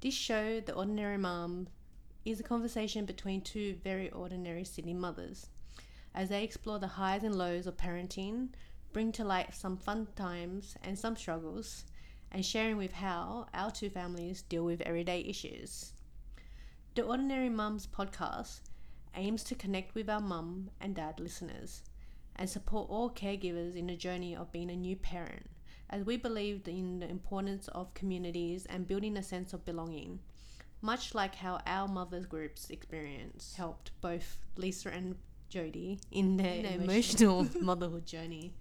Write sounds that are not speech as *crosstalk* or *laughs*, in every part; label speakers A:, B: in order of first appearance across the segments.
A: This show, The Ordinary Mum, is a conversation between two very ordinary Sydney mothers as they explore the highs and lows of parenting, bring to light some fun times and some struggles, and sharing with how our two families deal with everyday issues. The Ordinary Mums podcast aims to connect with our mum and dad listeners and support all caregivers in the journey of being a new parent, as we believe in the importance of communities and building a sense of belonging, much like how our mothers groups experience helped both Lisa and Jody in their
B: In their
A: emotional, *laughs* motherhood journey.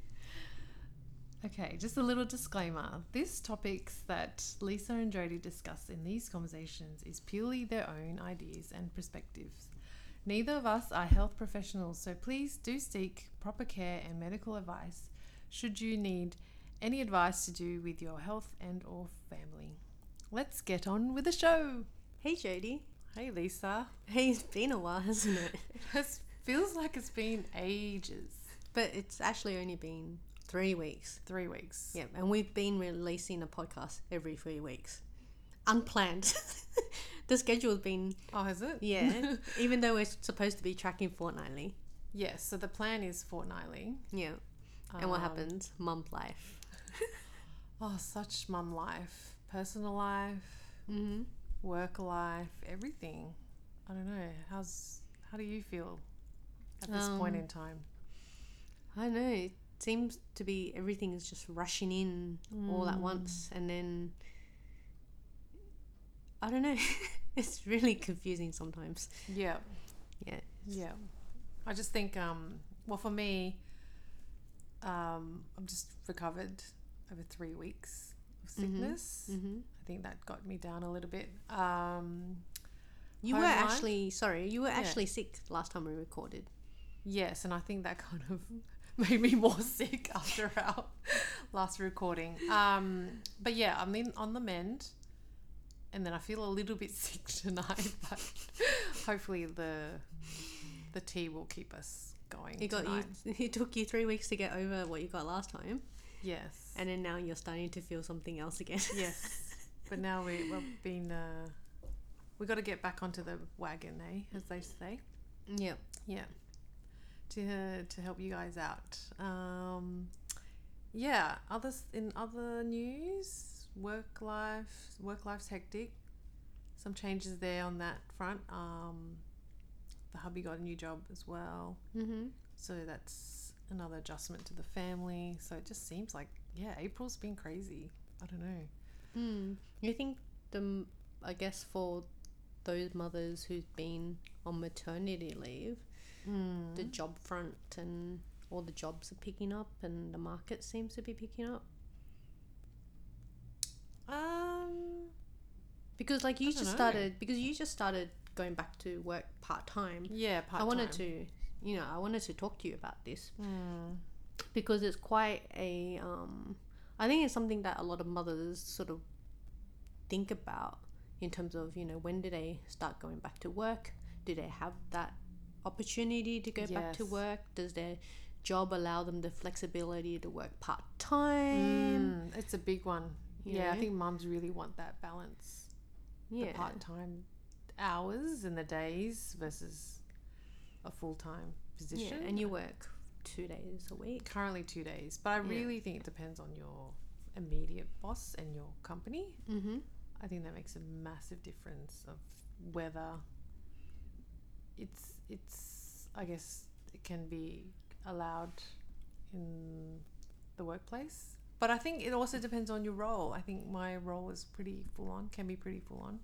B: Okay, just a little disclaimer. This topics that Lisa and Jody discuss in these conversations is purely their own ideas and perspectives. Neither of us are health professionals, so please do seek proper care and medical advice should you need any advice to do with your health and or family. Let's get on with the show.
A: Hey Jody.
B: Hey Lisa. *laughs*
A: Hey, it's been a while, hasn't it?
B: It feels like it's been ages.
A: But it's actually only been three weeks.
B: 3 weeks.
A: Yeah, and we've been releasing a podcast every three weeks. Unplanned. *laughs* the schedule's been
B: Oh, has it?
A: yeah. *laughs* even though we're supposed to be tracking fortnightly.
B: *laughs* Yes, so the plan is fortnightly.
A: Yeah. And what
B: Um,
A: happens? Mum life.
B: Oh, such mum life, personal life,
A: Mm-hmm.
B: work life, everything. I don't know. How's how do you feel at this point
A: Um,
B: in time?
A: I don't know. It seems to be everything is just rushing in all at once, and then I don't know. *laughs* it's really confusing sometimes.
B: Yeah,
A: Yeah.
B: yeah. I just think, um, well, for me, um, I'm just recovered over three weeks of sickness.
A: Mm-hmm.
B: I think that got me down a little bit. Um,
A: You
B: Home
A: were
B: life?
A: actually sorry. You were
B: Yeah.
A: actually sick last time we recorded.
B: Yes, and I think that *laughs* kind of made me more *laughs* sick after our last recording. Um, but yeah, I'm in on the mend, and then I feel a little bit *laughs* sick tonight. But hopefully the the tea will keep us going.
A: It got
B: tonight.
A: *laughs* you. It took you three weeks to get over what you got last time,
B: Yes.
A: and *laughs* then now you're starting to feel something else again. *laughs*
B: yes. But now we, we've been uh, we got to get back onto the wagon, eh? As they say.
A: yep.
B: yeah to to help you guys out um yeah others in other news work life work life's hectic some changes there on that front um the hubby got a new job as well
A: Mm-hmm.
B: so that's another adjustment to the family so it just seems like yeah april's been crazy i don't know
A: Mm. You think the m- I guess for those mothers who've been on maternity leave, the job front and all the jobs are picking up, and the market seems to be picking up Hmm.
B: um
A: because like you
B: I
A: just
B: dunno.
A: started because you just started going back to work part time.
B: yeah
A: I
B: part
A: wanted to, you know, I wanted to talk to you about this
B: mm.
A: because it's quite a um I think it's something that a lot of mothers sort of think about in terms of, you know, when do they start going back to work? Do they have that opportunity to go back to
B: Yes.
A: work? Does their job allow them the flexibility to work part time?
B: Mm, it's a big one
A: You
B: yeah i
A: know?
B: think mums really want that balance
A: Yeah.
B: the part time hours and the days versus a full time
A: yeah.
B: position.
A: And you work two days a week.
B: currently two days, but I
A: Yeah.
B: really think it depends on your immediate boss and your company.
A: Mm-hmm.
B: I think that makes a massive difference of whether it's it's I guess it can be allowed in the workplace. But I think it also depends on your role. I think my role is pretty full on, can be pretty full on.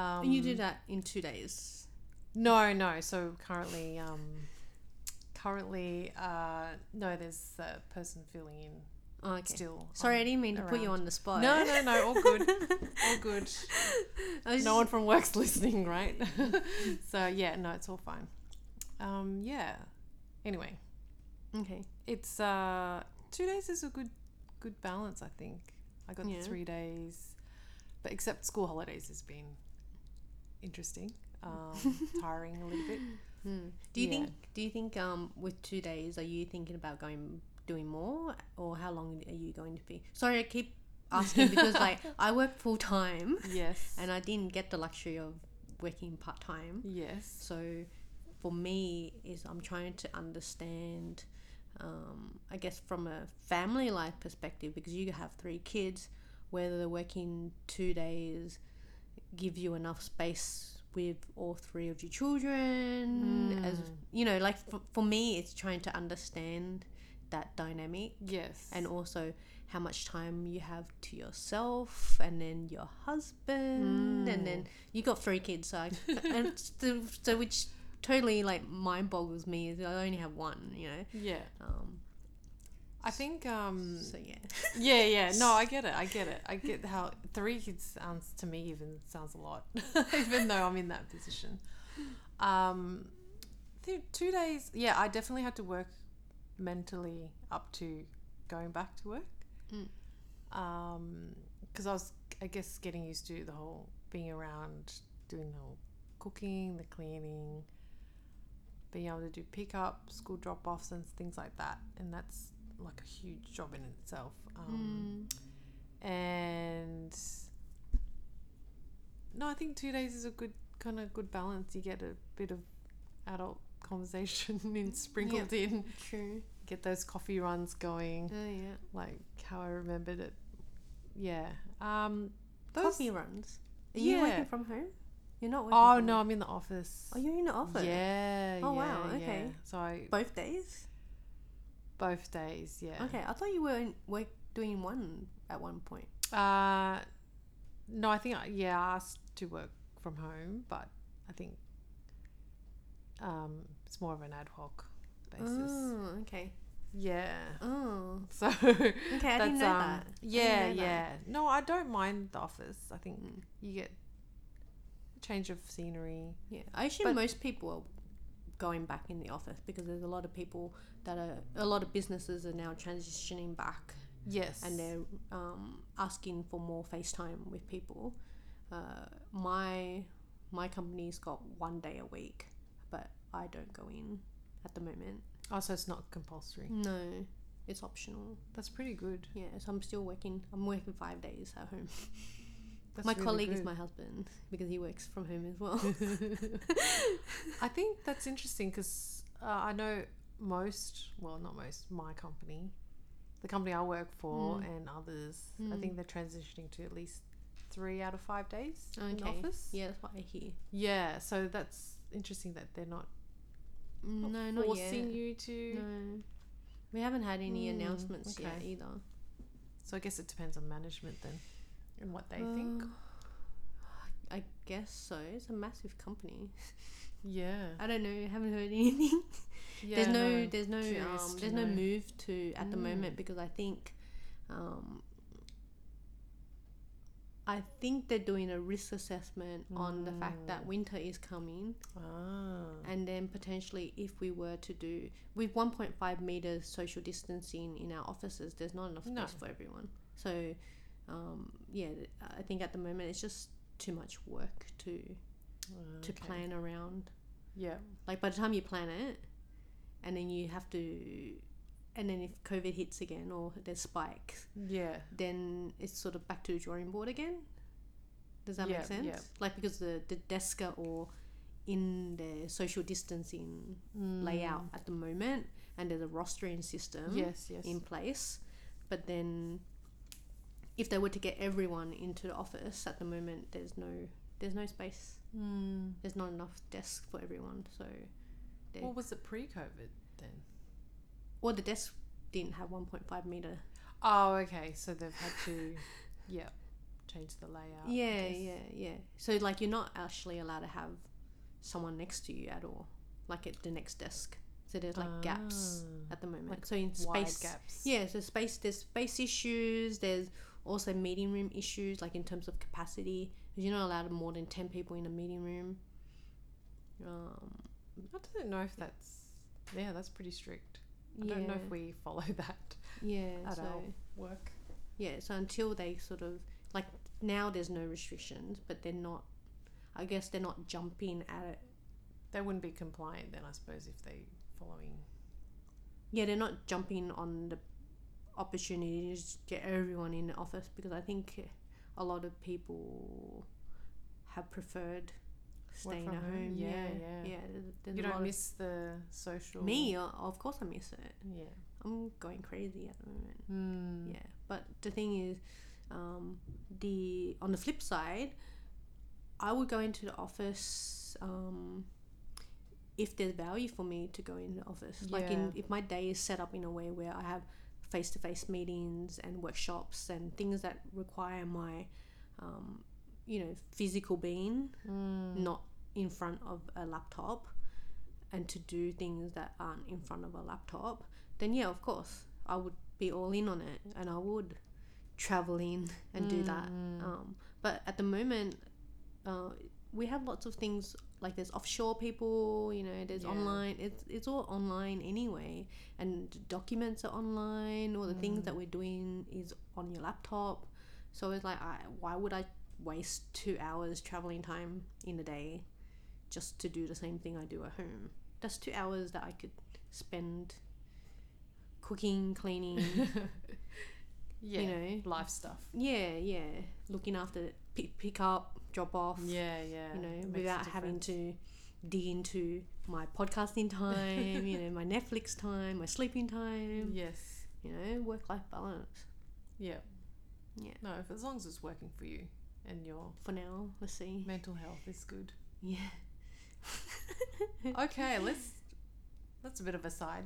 B: Um,
A: and you do that in two days.
B: no, no. So currently, um, currently, uh, no. There's a person filling in
A: Oh, okay.
B: still.
A: Sorry, I
B: on-
A: didn't mean to put you
B: around.
A: on the spot.
B: No, no, no. All good. all good.
A: *laughs* I was
B: No
A: just-
B: one from work's *laughs* listening, right? so yeah, no, it's all fine. Um, yeah. Anyway,
A: Okay.
B: it's uh, two days is a good, good balance. I think I got
A: Yeah.
B: three days, but except school holidays has been
A: *laughs*
B: interesting, um, tiring a little bit.
A: Hmm. Do you
B: Yeah.
A: think? Do you think? Um, with two days, are you thinking about going doing more, or how long are you going to be? Sorry, I keep asking because like I work full time
B: Yes.
A: and I didn't get the luxury of working part time.
B: yes.
A: So for me is I'm trying to understand um, I guess from a family life perspective because you have three kids whether working two days give you enough space with all three of your children as you know like for, for me it's trying to understand that dynamic
B: Yes.
A: and also how much time you have to yourself and then your husband
B: Mm.
A: and then you got three kids so I, *laughs* and so, so which totally like mind boggles me is I only have one you know
B: yeah.
A: um
B: I think um
A: so yeah
B: yeah, yeah. No, I get it. I get it. I get how three kids sounds to me even sounds a lot, *laughs* even though I'm in that position. Um, th- two days. Yeah, I definitely had to work mentally up to going back to work.
A: Mm.
B: Um, because I was, I guess, getting used to the whole being around, doing the whole cooking, the cleaning, being able to do pickup, school drop offs, and things like that. And that's like a huge job in itself. Um,
A: Mm.
B: And no, I think two days is a good kind of good balance. You get a bit of adult *laughs* conversation in sprinkled in.
A: true
B: Get those coffee runs going,
A: oh yeah
B: like how I remembered it. Yeah. Um, those.
A: coffee runs are you
B: Yeah.
A: working from home you're not working
B: Oh
A: from
B: no,
A: home.
B: I'm in the office.
A: oh you're in the office
B: Yeah.
A: Oh,
B: yeah,
A: wow,
B: yeah.
A: okay.
B: So I,
A: both days
B: both days. Yeah.
A: okay I thought you were in, work doing one at one point
B: Uh, no, I think I, yeah, I asked to work from home, but I think um, it's more of an ad hoc basis.
A: oh okay
B: Yeah.
A: oh
B: *laughs* So okay,
A: okay I didn't know that
B: um, Yeah,
A: know that.
B: yeah. No, I don't mind the office. I think
A: Mm.
B: you get a change of scenery.
A: Yeah, I assume
B: But-
A: most people are going back in the office because there's a lot of people that are a lot of businesses are now transitioning back
B: Yes.
A: and they're um, asking for more FaceTime with people. Uh, my my company's got one day a week, but I don't go in at the moment.
B: also it's not compulsory.
A: No, it's optional.
B: That's pretty good.
A: Yeah, so I'm still working. I'm working five days at home.
B: That's
A: my
B: really
A: colleague is
B: good.
A: my husband because he works from home as *laughs* well.
B: I think that's interesting because uh, I know most, well, not most, my company, the company I work
A: Hmm.
B: for, and others. I think they're transitioning to at least three out of five days in
A: Okay.
B: office.
A: yeah, that's what I hear.
B: Yeah, so that's interesting that they're not
A: No, not yet.
B: forcing you to.
A: No. We haven't had any
B: Mm,
A: announcements yet
B: okay.
A: either.
B: So I guess it depends on management then, and what they think.
A: Uh, I guess so. It's a massive company.
B: Yeah.
A: I don't know. Haven't heard *laughs* anything.
B: yeah.
A: there's no, there's no,
B: Curious
A: um,
B: to
A: there's no
B: know.
A: move to at the
B: Mm.
A: moment because I think, um, I think they're doing a risk assessment on the fact that
B: Hmm.
A: winter is coming,
B: Ah.
A: and then potentially if we were to do with 1.5 meters social distancing in our offices, there's not enough space
B: No.
A: for everyone. So, um, yeah, th- I think at the moment it's just too much work to to
B: Okay.
A: plan around.
B: Yeah.
A: Like by the time you plan it, and then you have to, and then if COVID hits again or there's spikes,
B: Yeah.
A: then it's sort of back to the drawing board again. Does that
B: Yeah,
A: make sense?
B: yeah.
A: Like because the the desks are all in the social distancing layout at the moment, and there's a rostering system
B: Mm. Hmm. Yes. Yes.
A: in place. But then, if they were to get everyone into the office at the moment, there's no there's no space.
B: Mm.
A: There's not enough desks for everyone. So, they,
B: What was it pre-COVID then?
A: or the desk didn't have 1.5 meter.
B: Oh, okay. So they've had
A: *laughs*
B: to, yeah, change the layout. I
A: yeah,
B: guess.
A: yeah, yeah. So like you're not actually allowed to have someone next to you at all, like at the next desk. So there's like gaps
B: Ah,
A: at the moment.
B: like
A: so in
B: wide
A: space,
B: gaps.
A: Yeah, so space there's space issues, there's also meeting room issues, like in terms of capacity, because you're not allowed more than ten people in a meeting room. Um,
B: I don't know if that's. Yeah, that's pretty strict. I
A: yeah,
B: don't know if we *laughs* follow that
A: yeah,
B: at
A: so
B: our work.
A: yeah, so until they sort of like now there's no restrictions, but they're not. I guess they're not jumping at it.
B: They wouldn't be compliant then, I suppose, if they following.
A: Yeah, they're not jumping on the opportunity to just get everyone in the office because I think a lot of people have preferred staying
B: from
A: at
B: home,
A: home.
B: yeah,
A: yeah,
B: yeah.
A: there's, there's
B: you
A: a lot
B: don't
A: of-
B: miss the social.
A: me. uh, Of course, I miss it.
B: Yeah.
A: I'm going crazy at the moment.
B: Mm.
A: Yeah, but the thing is, um, the on the flip side, I would go into the office um, if there's value for me to go in the office. Like in if my day is set up in a way where I have face-to-face meetings and workshops and things that require my, um, you know, physical being,
B: Mm.
A: not in front of a laptop and to do things that aren't in front of a laptop, then yeah, of course, I would be all in on it and I would travel in and do that.
B: Mm.
A: Um, but at the moment, uh, we have lots of things like there's offshore people, you know, there's
B: Yeah.
A: online, it's, it's all online anyway, and documents are online, all the things
B: Mm.
A: that we're doing is on your laptop. So it's like, I, why would I waste two hours traveling time in a day just to do the same thing I do at home? That's two hours that I could spend cooking,
B: *laughs*
A: cleaning,
B: yeah.
A: you know.
B: Life stuff.
A: Yeah, yeah. Looking after pick, pick up, drop off,
B: Yeah, yeah.
A: you
B: It
A: know,
B: makes a
A: without having
B: difference.
A: to dig into my podcasting time, you know, my Netflix time, my sleeping time,
B: Yes.
A: you know, work life balance.
B: Yeah.
A: Yeah.
B: No, if, as long as it's working for you and your
A: For now, let's see.
B: mental health is good. *laughs*
A: Yeah. *laughs*
B: Okay, let's. That's a bit of a side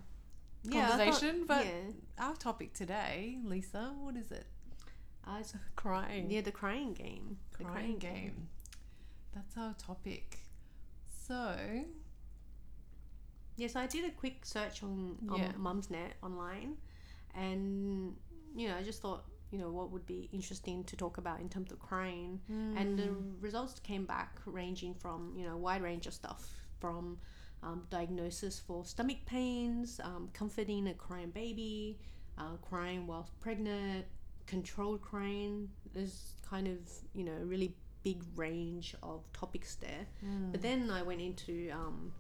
A: I thought-
B: conversation, but
A: yeah.
B: our topic today, Lisa, what is it? *laughs*
A: Ah, it's-
B: Crying.
A: yeah, the crying game. The
B: crying game. That's our topic. So,
A: Yes, I did a quick search on, on
B: Yeah.
A: Mum's Net online, and you know, I just thought, you know, what would be interesting to talk about in terms of crying,
B: Mm,
A: and the results came back ranging from you know a wide range of stuff from. Um, diagnosis for stomach pains, um, comforting a crying baby, uh, crying whilst pregnant, controlled crying. There's kind of you know a really big range of topics there.
B: mm.
A: But then I went into um,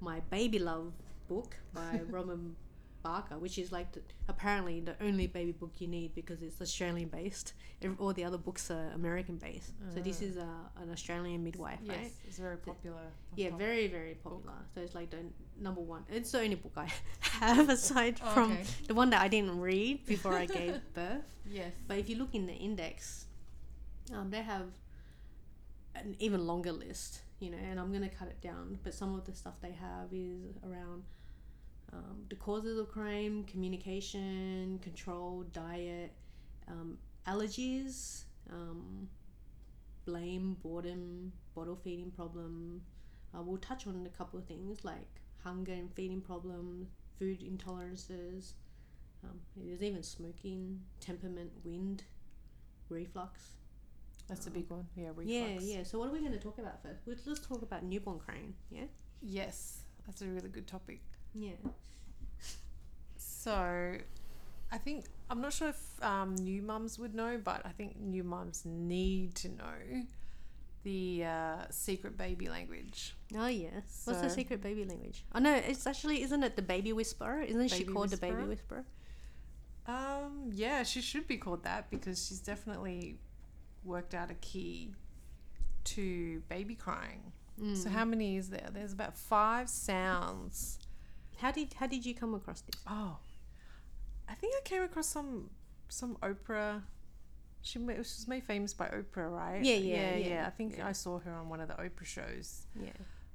A: my baby love book
B: *laughs*
A: by Robin Barker, which is like the, apparently the only baby book you need because it's Australian based. Ev- All the other books are American based. So this is a, an Australian midwife,
B: Ah. yes,
A: right?
B: it's very popular.
A: Yeah,
B: topic.
A: very very popular. So it's like the n- number one. It's the only book I *laughs* have aside
B: Oh,
A: from
B: okay.
A: the one that I didn't read before I
B: *laughs*
A: gave birth.
B: Yes.
A: But if you look in the index, um, they have an even longer list, you know, and I'm going to cut it down. But some of the stuff they have is around um, the causes of crime, communication, control, diet, um, allergies, um, blame, boredom, bottle feeding problem. Uh, we'll touch on a couple of things like hunger and feeding problems, food intolerances, um, there's even smoking, temperament, wind, reflux.
B: That's a
A: um,
B: big one. Yeah, reflux.
A: Yeah, yeah. So what are we going to talk about first? Let's, let's talk about newborn crying. Yeah,
B: Yes, that's a really good topic.
A: yeah.
B: So, I think I'm not sure if um, new mums would know, but I think new mums need to know the uh, secret baby language.
A: Oh yeah. What's the
B: So-
A: secret baby language? Oh no, it's actually isn't it the baby whisperer? Isn't she
B: Baby
A: called the
B: whisperer?
A: baby whisperer?
B: Um, yeah, she should be called that because she's definitely worked out a key to baby crying.
A: Mm.
B: So how many is there? There's about five sounds.
A: How did how did you come across this?
B: Oh, I think I came across some some Oprah. She ma- she was made famous by Oprah, right?
A: Yeah, yeah,
B: yeah.
A: yeah,
B: I think
A: yeah.
B: I saw her on one of the Oprah shows.
A: Yeah,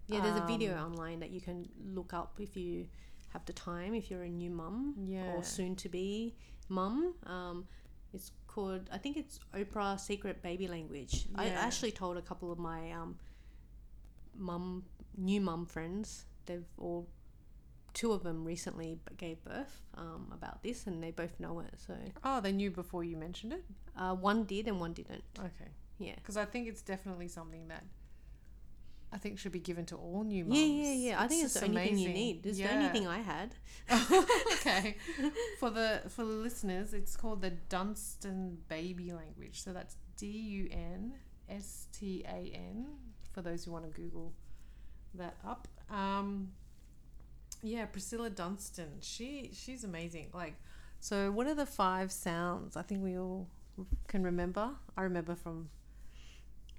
A: yeah. There's a video
B: Um,
A: online that you can look up if you have the time. If you're a new mum,
B: Yeah.
A: or soon to be mum. Um, it's called, I think it's Oprah Secret Baby Language. I
B: Yeah.
A: actually told a couple of my um, mum, new mum friends, they've all, two of them recently b- gave birth um, about this and they both know it. So
B: Oh, they knew before you mentioned it.
A: uh, one did and one didn't.
B: Okay,
A: Yeah.
B: because I think it's definitely something that I think should be given to all new moms.
A: Yeah, yeah, yeah. I think it's
B: just
A: the only thing you
B: amazing.
A: need. It's the
B: Yeah.
A: only thing I had. *laughs*
B: *laughs* okay. For the for the listeners, it's called the Dunstan baby language. So that's D U N S T A N for those who want to Google that up. Um, yeah, Priscilla Dunstan. She she's amazing. Like So, what are the five sounds I think we all can remember? I remember from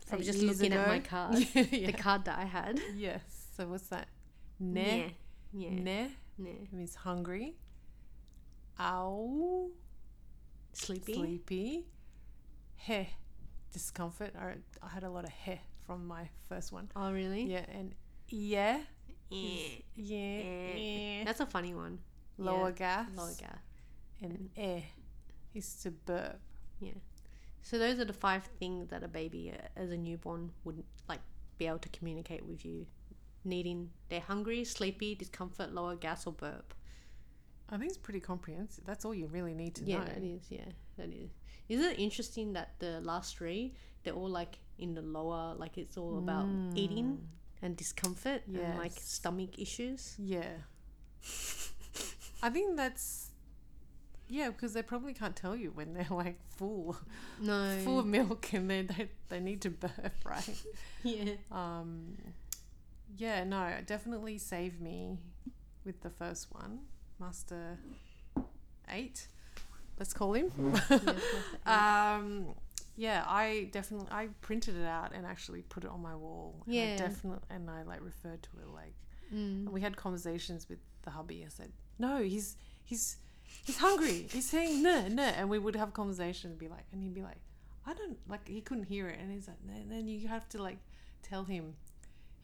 A: From
B: eight
A: just
B: years
A: looking at my
B: ago.
A: card,
B: Yeah, *laughs* yeah.
A: the card that I
B: *laughs*
A: had.
B: Yes. So, what's that? Ne.
A: Yeah. Yeah.
B: Ne
A: Yeah.
B: means hungry. Ow.
A: Sleepy.
B: Sleepy. Heh. Discomfort. I, I had a lot of heh from my first one.
A: Oh, really?
B: Yeah. And yeah.
A: Eh.
B: Yeah.
A: Eh.
B: eh.
A: That's a funny one.
B: Lower
A: yeah.
B: gas.
A: Lower gas.
B: And eh is to burp.
A: So those are the five things that a baby uh, as a newborn would like be able to communicate with you. Needing they're hungry, sleepy, discomfort, lower gas or burp.
B: I think it's pretty comprehensive. That's all you really need to
A: yeah,
B: know.
A: that is, yeah, that is. Isn't it interesting that the last three they're all like in the lower like it's all about
B: Hmm.
A: eating and discomfort and like
B: Yes.
A: stomach issues.
B: Yeah. I think that's yeah, because they probably can't tell you when they're like full,
A: No.
B: full of milk, and then they they need to burp, *laughs* right?
A: *laughs* *laughs* yeah.
B: Um, yeah, no, definitely save me with the first one, Master Eight. Let's call him.
A: Uh,
B: um, yeah, I definitely I printed it out and actually put it on my wall. and I
A: Yeah.
B: definitely, and I like referred to it like
A: Mm.
B: we had conversations with the hubby. I said, "No, he's he's he's hungry. He's saying no, no," and we would have a conversation and be like, and he'd be like, "I don't like." He couldn't hear it, and he's like, "No." And then you have to like tell him,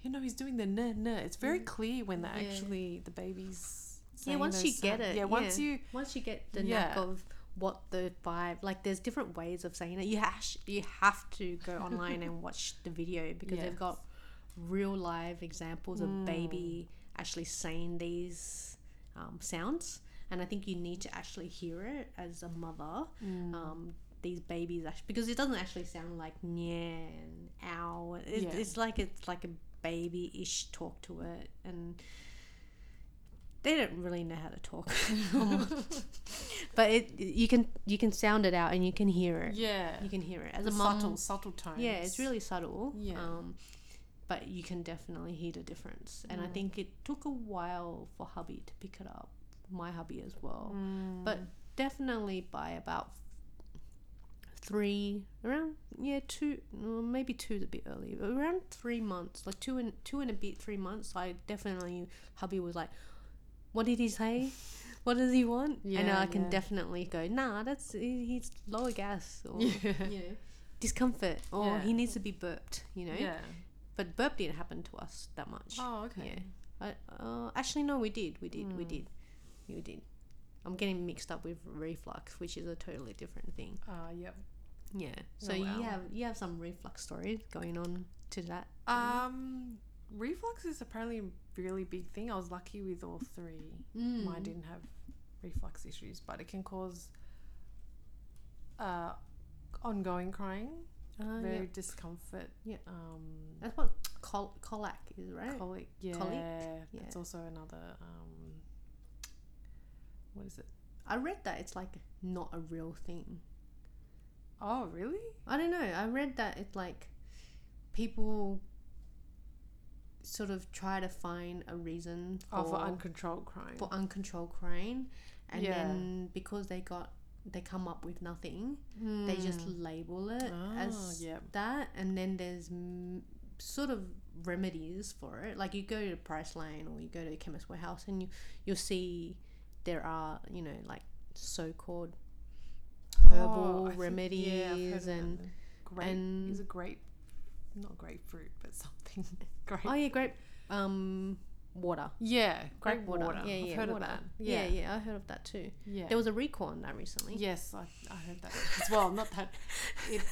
B: you know, he's doing the no, no. It's very clear when they're
A: Mm. Yeah.
B: actually the baby's.
A: Yeah,
B: saying
A: once you
B: those
A: get
B: sounds.
A: it,
B: Yeah, once
A: yeah.
B: you.
A: once you get the knack
B: Yeah.
A: of what the vibe like there's different ways of saying it you hash you have to go
B: *laughs*
A: online and watch the video because
B: Yes.
A: they've got real live examples of baby
B: Mm.
A: actually saying these um, sounds and i think you need to actually hear it as a mother
B: Mm.
A: um, these babies actually because it doesn't actually sound like yeah and ow it,
B: Yeah.
A: it's like it's like a baby-ish talk to it and they don't really know how to
B: *laughs*
A: talk but it you can you can sound it out and you can hear it
B: Yeah.
A: you can hear it as
B: the
A: a mum
B: subtle, subtle tones.
A: yeah it's really subtle
B: Yeah.
A: um but you can definitely hear the difference and i
B: Mm.
A: think it took a while for hubby to pick it up my hubby as well
B: Mm.
A: *laughs* but definitely by about three around yeah two well, maybe two's a bit early but around three months like two and two and a bit three months i definitely hubby was like what did he say what does he want and
B: Yeah,
A: i can
B: yeah.
A: definitely go nah that's he- he's lower gas or
B: Yeah.
A: you know, discomfort or
B: Yeah.
A: he needs to be burped you know
B: Yeah.
A: but burp didn't happen to us that much
B: Oh, okay.
A: yeah. I, uh, actually, no, we did. We did. We did. We did. I'm getting mixed up with reflux, which is a totally different thing.
B: Uh, yep.
A: Yeah. So
B: Oh, wow.
A: you have you have some reflux stories going on to that. Mm-hmm.
B: Um, reflux is apparently a really big thing. I was lucky with all three.
A: Hmm.
B: Mine didn't have reflux issues, but it can cause uh, ongoing crying,
A: Uh,
B: very
A: yeah.
B: discomfort.
A: Yeah.
B: Um,
A: That's what col- colac is, right?
B: colic. Yeah.
A: Yeah.
B: It's also another. Um, what is it?
A: I read that it's like not a real thing.
B: Oh, really?
A: I don't know. I read that it's like people sort of try to find a reason
B: Oh, for uncontrolled crying.
A: for uncontrolled crying and
B: Yeah.
A: then because they got they come up with nothing they just
B: Hmm.
A: label it
B: Mm. Oh,
A: as
B: yep.
A: that and then there's m- sort of remedies for it like you go to priceline or you go to chemist warehouse and you you'll see there are you know like so-called
B: Oh,
A: herbal
B: I think-
A: remedies
B: yeah, I've heard about
A: and
B: them. grape.
A: and-
B: is a grape, not grapefruit, but something grape.
A: oh yeah *laughs* grape um water
B: Yeah,
A: grape
B: grape water.
A: yeah
B: I've
A: yeah
B: heard
A: water.
B: of that.
A: yeah.
B: Yeah,
A: yeah i heard of that too
B: yeah.
A: there was a recall on that recently
B: yes, I, I heard that as well.
A: *laughs*
B: Not that it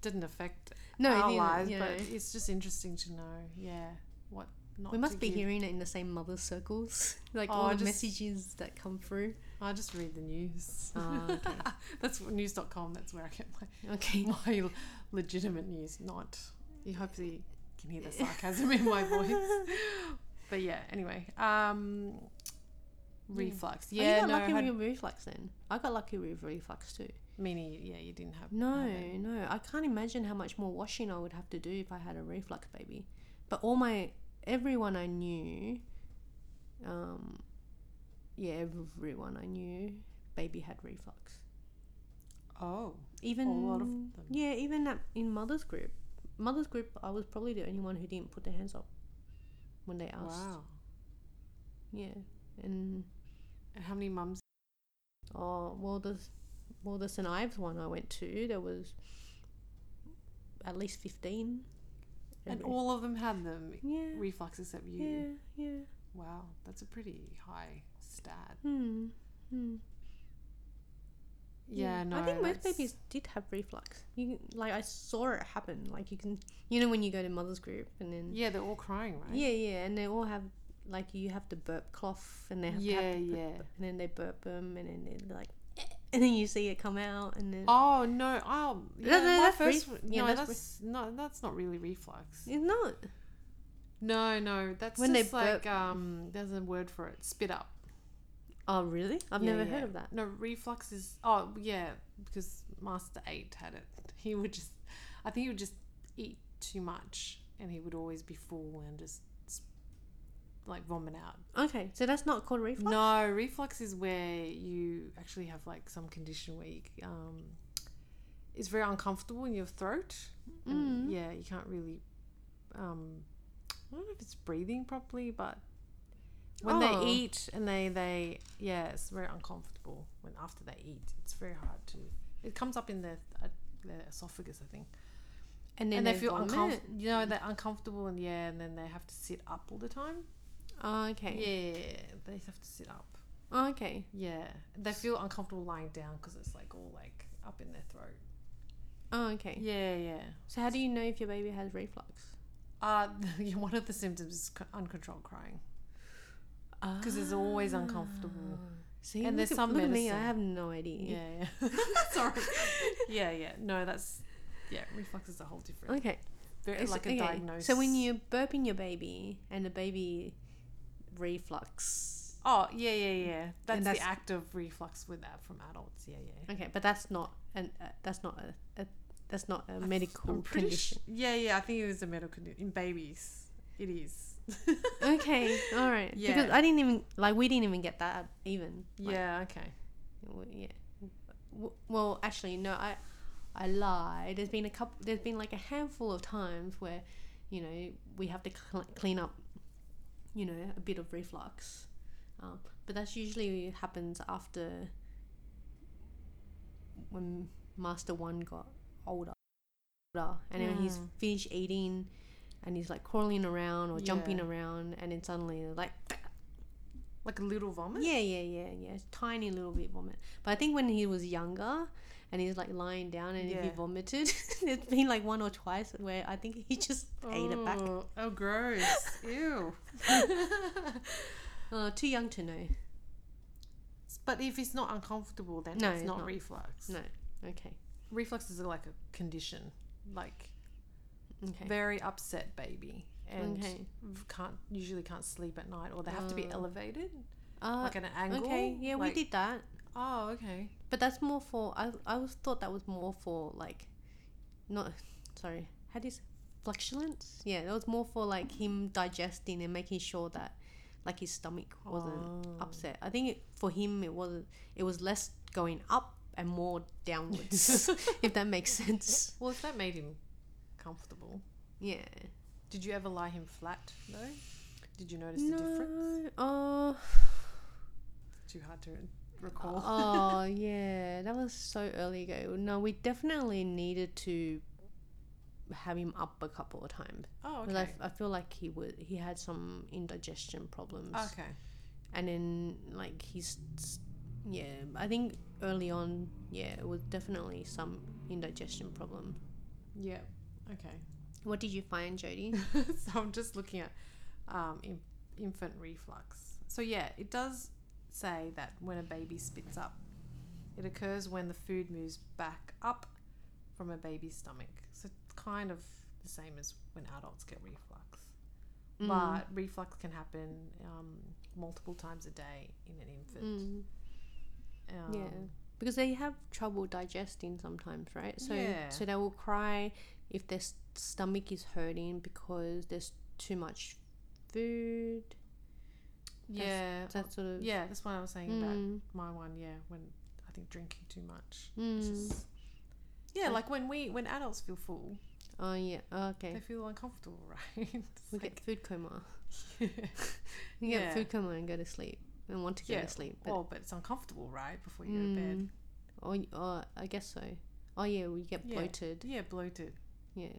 B: didn't affect
A: no it
B: our
A: didn't,
B: lives,
A: you
B: but
A: know.
B: it's just interesting to know. Yeah, what not.
A: We
B: to
A: must be
B: give.
A: hearing it in the same mother circles, *laughs* like
B: Oh,
A: all
B: I
A: the
B: just-
A: messages that come through.
B: I just read the news. *laughs*
A: Ah, okay.
B: That's what, news.com. That's where I get
A: *laughs* Okay.
B: my, *laughs* my legitimate news. Not. You hope you can hear the sarcasm in my voice. But yeah. Anyway. Um. Reflux.
A: oh, you
B: Yeah.
A: got
B: no, I
A: lucky
B: had-
A: with reflux then. I got lucky with reflux too.
B: meaning yeah, you didn't have
A: No,
B: have it.
A: no, I can't imagine how much more washing I would have to do if I had a reflux baby. But all my everyone I knew, um, yeah, everyone I knew baby had reflux.
B: Oh,
A: Even
B: a lot of them.
A: yeah, even at, in mother's group, mother's group, I was probably the only one who didn't put their hands up when they asked.
B: Wow.
A: Yeah, and
B: And how many mums?
A: oh well, the well the St Ives one I went to, there was at least fifteen.
B: And
A: Every-
B: all of them had them
A: yeah,
B: reflux except you.
A: yeah, yeah.
B: Wow, that's a pretty high stat.
A: Hmm. Hmm.
B: Yeah, no.
A: I think most
B: that's-
A: babies did have reflux. You can- like I saw it happen. Like you can, you know, when you go to mother's group and then
B: Yeah, they're all crying, right?
A: yeah, yeah, and they all have like you have to burp cloth and they have to
B: Yeah,
A: have to burp,
B: yeah.
A: and then they burp them and then they're like, "Eh," and then you see it come out and then
B: Oh no! Oh, yeah,
A: no,
B: my
A: that's
B: first.
A: ref-
B: one-
A: yeah,
B: no,
A: that's
B: that's, no, that's not really reflux.
A: it's not.
B: No, no, that's
A: When they
B: just like um. There's a word for it. Spit up.
A: Oh really? I've
B: Yeah,
A: never
B: yeah.
A: heard of that.
B: No, reflux is. Oh yeah, because Master Eight had it. He would just. I think he would just eat too much, and he would always be full and just s- like vomit out.
A: Okay, so that's not called reflux.
B: No, reflux is where you actually have like some condition where you, um, it's very uncomfortable in your throat. And,
A: Mm.
B: yeah, you can't really. Um, I don't know if it's breathing properly, but when
A: Oh.
B: they eat and they they yeah, it's very uncomfortable when after they eat. It's very hard to. It comes up in their uh, their esophagus, I think,
A: and then
B: and, they, feel
A: uncomfortable.
B: uncomfortable. You know, they're uncomfortable, and yeah, and then they have to sit up all the time.
A: Oh, okay.
B: Yeah, they have to sit up.
A: Oh, okay.
B: Yeah, they feel uncomfortable lying down because it's like all like up in their throat.
A: Oh, okay.
B: Yeah, yeah.
A: So how do you know if your baby has reflux?
B: Uh, *laughs* yeah, one of the symptoms is c- uncontrolled crying. 'Cause it's always uncomfortable.
A: Ah. See,
B: And
A: and
B: there's
A: there's
B: some
A: look at me. I
B: medicine.
A: have no idea.
B: Yeah, yeah.
A: *laughs*
B: Sorry. *laughs* yeah, yeah. No, that's yeah. Reflux is a whole different,
A: Okay.
B: very,
A: It's-
B: like a
A: okay,
B: diagnosis.
A: So when you're burping your baby and the baby reflux.
B: oh yeah, yeah, yeah. That's,
A: that's-
B: the act of reflux with that from adults. Yeah, yeah.
A: Okay, but that's not an uh, that's not a, a that's not a
B: I'm
A: medical
B: I'm pretty
A: condition.
B: su- yeah, yeah. I think it is a medical condition in babies. It is. *laughs*
A: okay, all right. Because
B: Yeah.
A: I didn't even like we didn't even get that even. Like,
B: yeah. Okay.
A: w- yeah. W- Well, actually, no. I I lie. There's been a couple. There's been like a handful of times where, you know, we have to cl- clean up, you know, a bit of reflux, um, but that's usually happens after when Master One got older, older, and then he's
B: Mm.
A: finished eating, and he's like crawling around or jumping
B: Yeah.
A: around, and then suddenly like
B: Like a little vomit.
A: yeah, yeah, yeah, yeah. Tiny little bit vomit. But I think when he was younger and he's like lying down and if he
B: Yeah.
A: vomited, *laughs* there's been like one or twice where I think he just ate it back.
B: Oh, Oh, gross. Ew.
A: *laughs* Uh, too young to know.
B: but if it's not uncomfortable, then
A: No,
B: it's
A: it's
B: not,
A: not.
B: reflux.
A: No. Okay.
B: Reflux is like a condition, like
A: Okay.
B: very upset baby and
A: Okay.
B: v- can't usually can't sleep at night or they have to be
A: Oh.
B: elevated
A: Uh,
B: like at an angle.
A: okay. Yeah,
B: like-
A: we did that.
B: Oh, okay.
A: But that's more for. I, I always thought that was more for like. Not. Sorry. How do you. s- Fluctuance? Yeah, that was more for like him digesting and making sure that like his stomach wasn't.
B: Oh.
A: upset. I think it, for him it was it was less going up and more downwards, if that makes sense.
B: Well, if that made him comfortable,
A: Yeah.
B: did you ever lie him flat though? Did you notice the difference?
A: Oh.
B: Too hard to recall. *laughs*
A: oh yeah, that was so early ago. No, we definitely needed to have him up a couple of times.
B: oh,
A: 'Cause I
B: okay.
A: f- I, feel like he would he had some indigestion problems.
B: Okay.
A: and then like he's yeah i think early on yeah it was definitely some indigestion problem
B: Yeah. Okay.
A: what did you find *laughs* jody
B: *laughs* so I'm just looking at um, in, infant reflux. So yeah, it does say that when a baby spits up, it occurs when the food moves back up from a baby's stomach. So it's kind of the same as when adults get reflux,
A: Mm.
B: but reflux can happen um, multiple times a day in an infant.
A: Mm,
B: Um,
A: yeah because they have trouble digesting sometimes right so
B: Yeah.
A: so they will cry if their s- stomach is hurting because there's too much food
B: yeah,
A: that sort of
B: yeah. That's what I was saying about
A: Mm,
B: my one. Yeah, when think drinking too much. It's
A: Mm.
B: just- yeah,
A: So-
B: like when we when adults feel full,
A: Oh yeah. Oh,
B: they
A: okay.
B: feel uncomfortable, *laughs* right? It's
A: We
B: like-
A: get food coma. *laughs*
B: yeah.
A: You get
B: Yeah.
A: food coma and go to sleep and want to go
B: Yeah,
A: to sleep. But
B: well, but it's uncomfortable, right? Before you go to bed.
A: Mm. Or, y- or I guess so. Oh yeah, we get
B: Yeah.
A: bloated.
B: Yeah, bloated.
A: Yeah.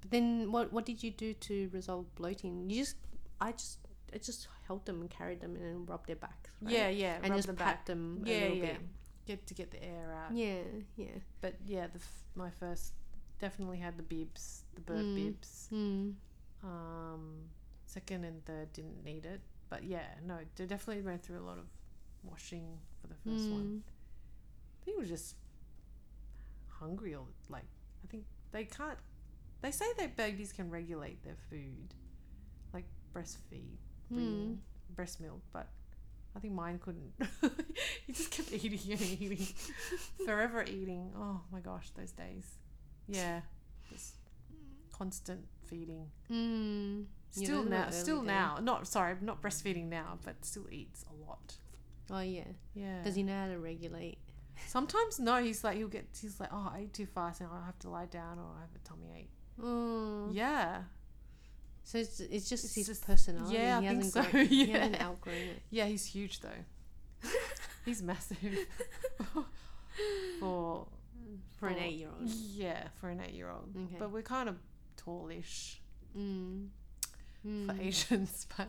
A: But then what what did you do to resolve bloating? You just I just I just held them and carried them and then rubbed their backs. right?
B: Yeah, yeah.
A: And
B: rub
A: just
B: them
A: pat
B: back.
A: them a
B: Yeah,
A: little
B: yeah.
A: bit.
B: Get to get the air out.
A: Yeah, yeah.
B: But yeah, the f- my first definitely had the bibs, the bird
A: Mm.
B: bibs.
A: Mm.
B: Um, second and third didn't need it, but yeah, no, they definitely went through a lot of washing for the first one. I think it was just hungry or like I think they can't. They say that babies can regulate their food, like breastfeed,
A: Mm.
B: breathing, breast milk, but I think mine couldn't. *laughs* he just kept eating and
A: *laughs*
B: eating, forever eating. Oh my gosh, those days. Yeah, just constant feeding.
A: Mm. Yeah,
B: Still
A: those were
B: now,
A: early
B: still
A: days.
B: now. Not sorry, not breastfeeding now, but still eats a lot.
A: Oh yeah.
B: Yeah.
A: Does he know how to regulate?
B: Sometimes no, he's like he'll get. He's like, oh, I ate too fast, and I have to lie down, or I have a tummy ache.
A: Oh.
B: Yeah,
A: So it's, it's just
B: It's
A: his
B: just-
A: personality.
B: yeah,
A: he
B: I think
A: hasn't
B: so. *laughs*
A: grown- He
B: Yeah.
A: hasn't outgrown it.
B: yeah, he's huge though.
A: *laughs*
B: he's massive for
A: For an
B: *laughs* For-
A: eight year old.
B: yeah for an eight-year-old.
A: Mm. Okay.
B: But we're kind of tallish
A: Mm.
B: for
A: Mm.
B: Asians, *laughs* but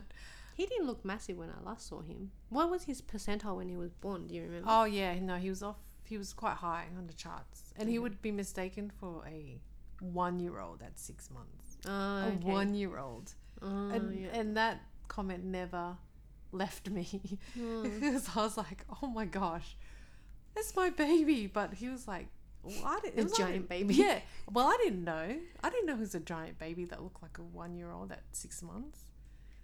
A: He didn't look massive when I last saw him. What was his percentile when he was born? Do you remember?
B: oh yeah, no, he was off. He was quite high on the charts, and he
A: Okay.
B: would be mistaken for a one-year-old at six months.
A: Oh, okay.
B: A one-year-old.
A: Oh,
B: and
A: yeah.
B: and that comment never left me
A: *laughs* Mm.
B: *laughs* because I was like, oh my gosh, that's my baby. But he was like, well, I didn't,
A: A
B: it was like-
A: giant baby.
B: Yeah. Well, I didn't know. I didn't know who's a giant baby that looked like a one year old at six months.
A: *laughs*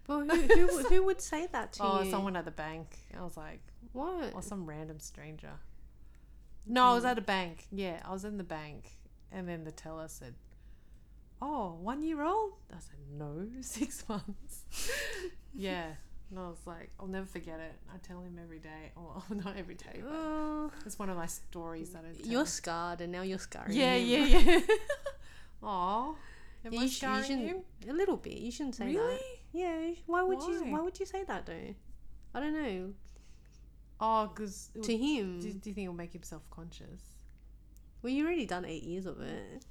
A: Well, who, who, w- who would say that to
B: *laughs* Oh,
A: you?
B: someone at the bank. I was like,
A: What?
B: or some random stranger. No, I was
A: mm.
B: at a bank. Yeah, I was in the bank, and then the teller said, "Oh, one year old." I said, "No, *laughs* six months." *laughs* yeah, and I was like, "I'll never forget it." I tell him every day. Oh, *laughs* not every day, but
A: Oh,
B: it's one of my stories that I tell.
A: you're scarred, and now you're scarring
B: yeah,
A: him.
B: yeah, yeah.
A: *laughs*
B: Aw, am
A: You
B: I
A: sh- you
B: scarring
A: shouldn't
B: him?
A: A little bit. You shouldn't say
B: Really?
A: that. Yeah. you sh- Why would
B: Why?
A: you? Why would you say that though? I don't know.
B: Oh, because do,
A: To him,
B: do you think it'll make him self-conscious?
A: well, you already done eight years of
B: *laughs*
A: it.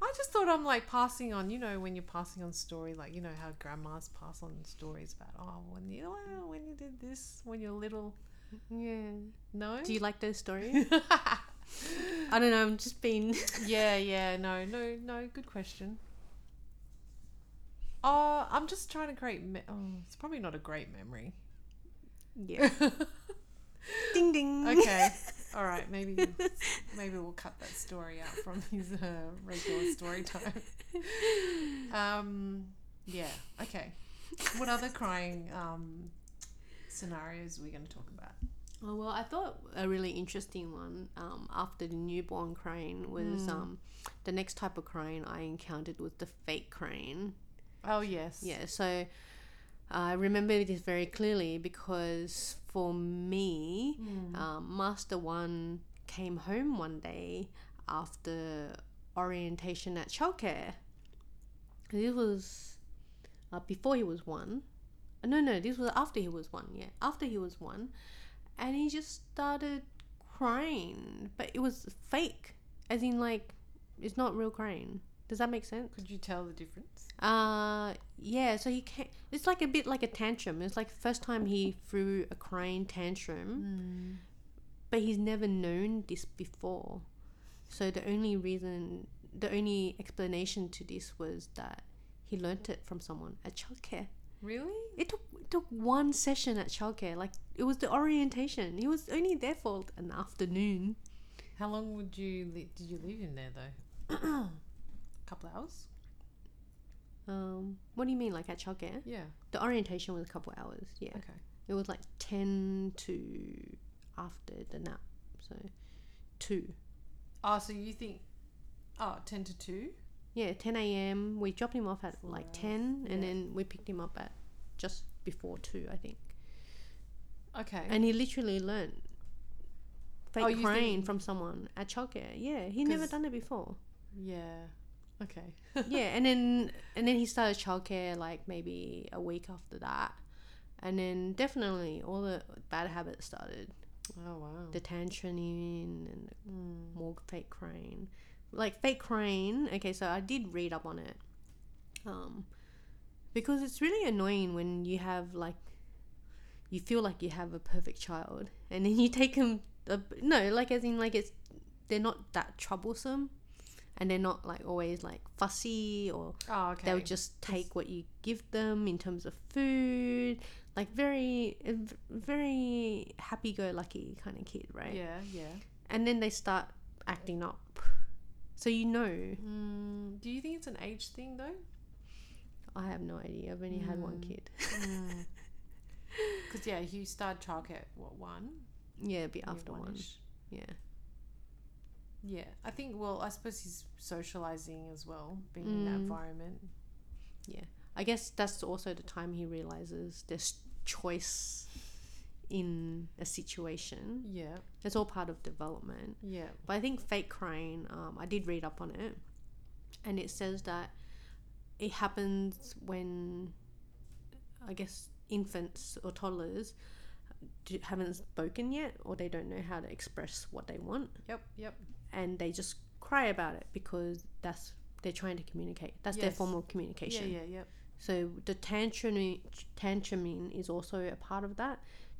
B: I just thought I'm like passing on, you know, when you're passing on story, like you know how grandmas pass on stories about oh when you oh, when you did this when you're little.
A: Yeah.
B: No.
A: Do you *laughs* like those stories? I don't know. I'm just
B: *laughs*
A: being.
B: *laughs*
A: *laughs*
B: yeah, yeah, no, no, no. Good question. Oh, I'm just trying to create. Me- oh, it's probably not a great memory.
A: yeah.
B: *laughs*
A: ding ding.
B: Okay. All right. Maybe maybe we'll cut that story out from *laughs* his uh, regular story time. Um. Yeah. Okay. What other crying um, scenarios are we going to talk about?
A: Oh well, I thought a really interesting one um, after the newborn crane was
B: Mm.
A: um, the next type of crane I encountered was the fake crane.
B: Oh yes.
A: Yeah, so I remember this very clearly because for me, um, Master One came home one day after orientation at childcare. This was uh, before he was one. No, no, this was after he was one. Yeah, after he was one, and he just started crying, but it was fake, as in like it's not real crying. Does that make sense?
B: Could you tell the difference?
A: Uh, yeah. So he can It's like a bit like a tantrum. It's like first time he threw a crying tantrum
B: Hmm.
A: but he's never known this before. So the only reason, the only explanation to this was that he learnt it from someone at childcare.
B: Really?
A: It took it took one session at childcare. Like it was the orientation. He was only there for an afternoon. *coughs*
B: How long would you li- did you leave him there though? a couple hours.
A: Um, what do you mean, like at childcare?
B: Yeah.
A: The orientation was a couple hours. Yeah,
B: Okay.
A: it was like ten to after the nap. So two.
B: Oh, so you think? Oh, 10 to two.
A: Yeah, 10 a.m. We dropped him off at like
B: Four hours.
A: 10 and
B: Yeah.
A: then we picked him up at just before 2, I think.
B: Okay.
A: And he literally learnt fake
B: Oh, you
A: crying
B: think-
A: from someone at childcare. Yeah, he never
B: 'Cause-
A: done it before.
B: yeah. Okay.
A: yeah, and then and then he started childcare like maybe a week after that, and then definitely all the bad habits started.
B: *laughs* Oh wow.
A: The tantruming and the
B: Mm.
A: more fake crying, like fake crying. Okay, so I did read up on it, um, because it's really annoying when you have like, you feel like you have a perfect child, and then you take them. A, no, like as in like it's they're not that troublesome, and they're not like always like fussy or
B: Oh okay.
A: they'll just take what you give them in terms of food like very a v- very happy-go-lucky kind of kid right
B: Yeah. Yeah.
A: and then they start acting up so you know
B: Mm, do you think it's an age thing though?
A: i have no idea i've only had one
B: Mm.
A: kid
B: *laughs* Because yeah, you started childcare at what one?
A: yeah it'd be
B: Yeah,
A: after one
B: one-ish.
A: yeah
B: Yeah, I think. Well, I suppose he's socializing as well, being in that
A: Mm.
B: environment.
A: i guess that's also the time he realizes there's choice in a situation
B: Yeah.
A: it's all part of development
B: Yeah.
A: But I think fake crying, um, I did read up on it, and it says that it happens when, I guess, infants or toddlers d- haven't spoken yet, or they don't know how to express what they want,
B: Yep. Yep.
A: and they just cry about it because that's they're trying to communicate. That's their
B: Yes.
A: form of
B: Yeah.
A: communication.
B: Yeah. Yep.
A: So the tantrum tantruming is also a part of that.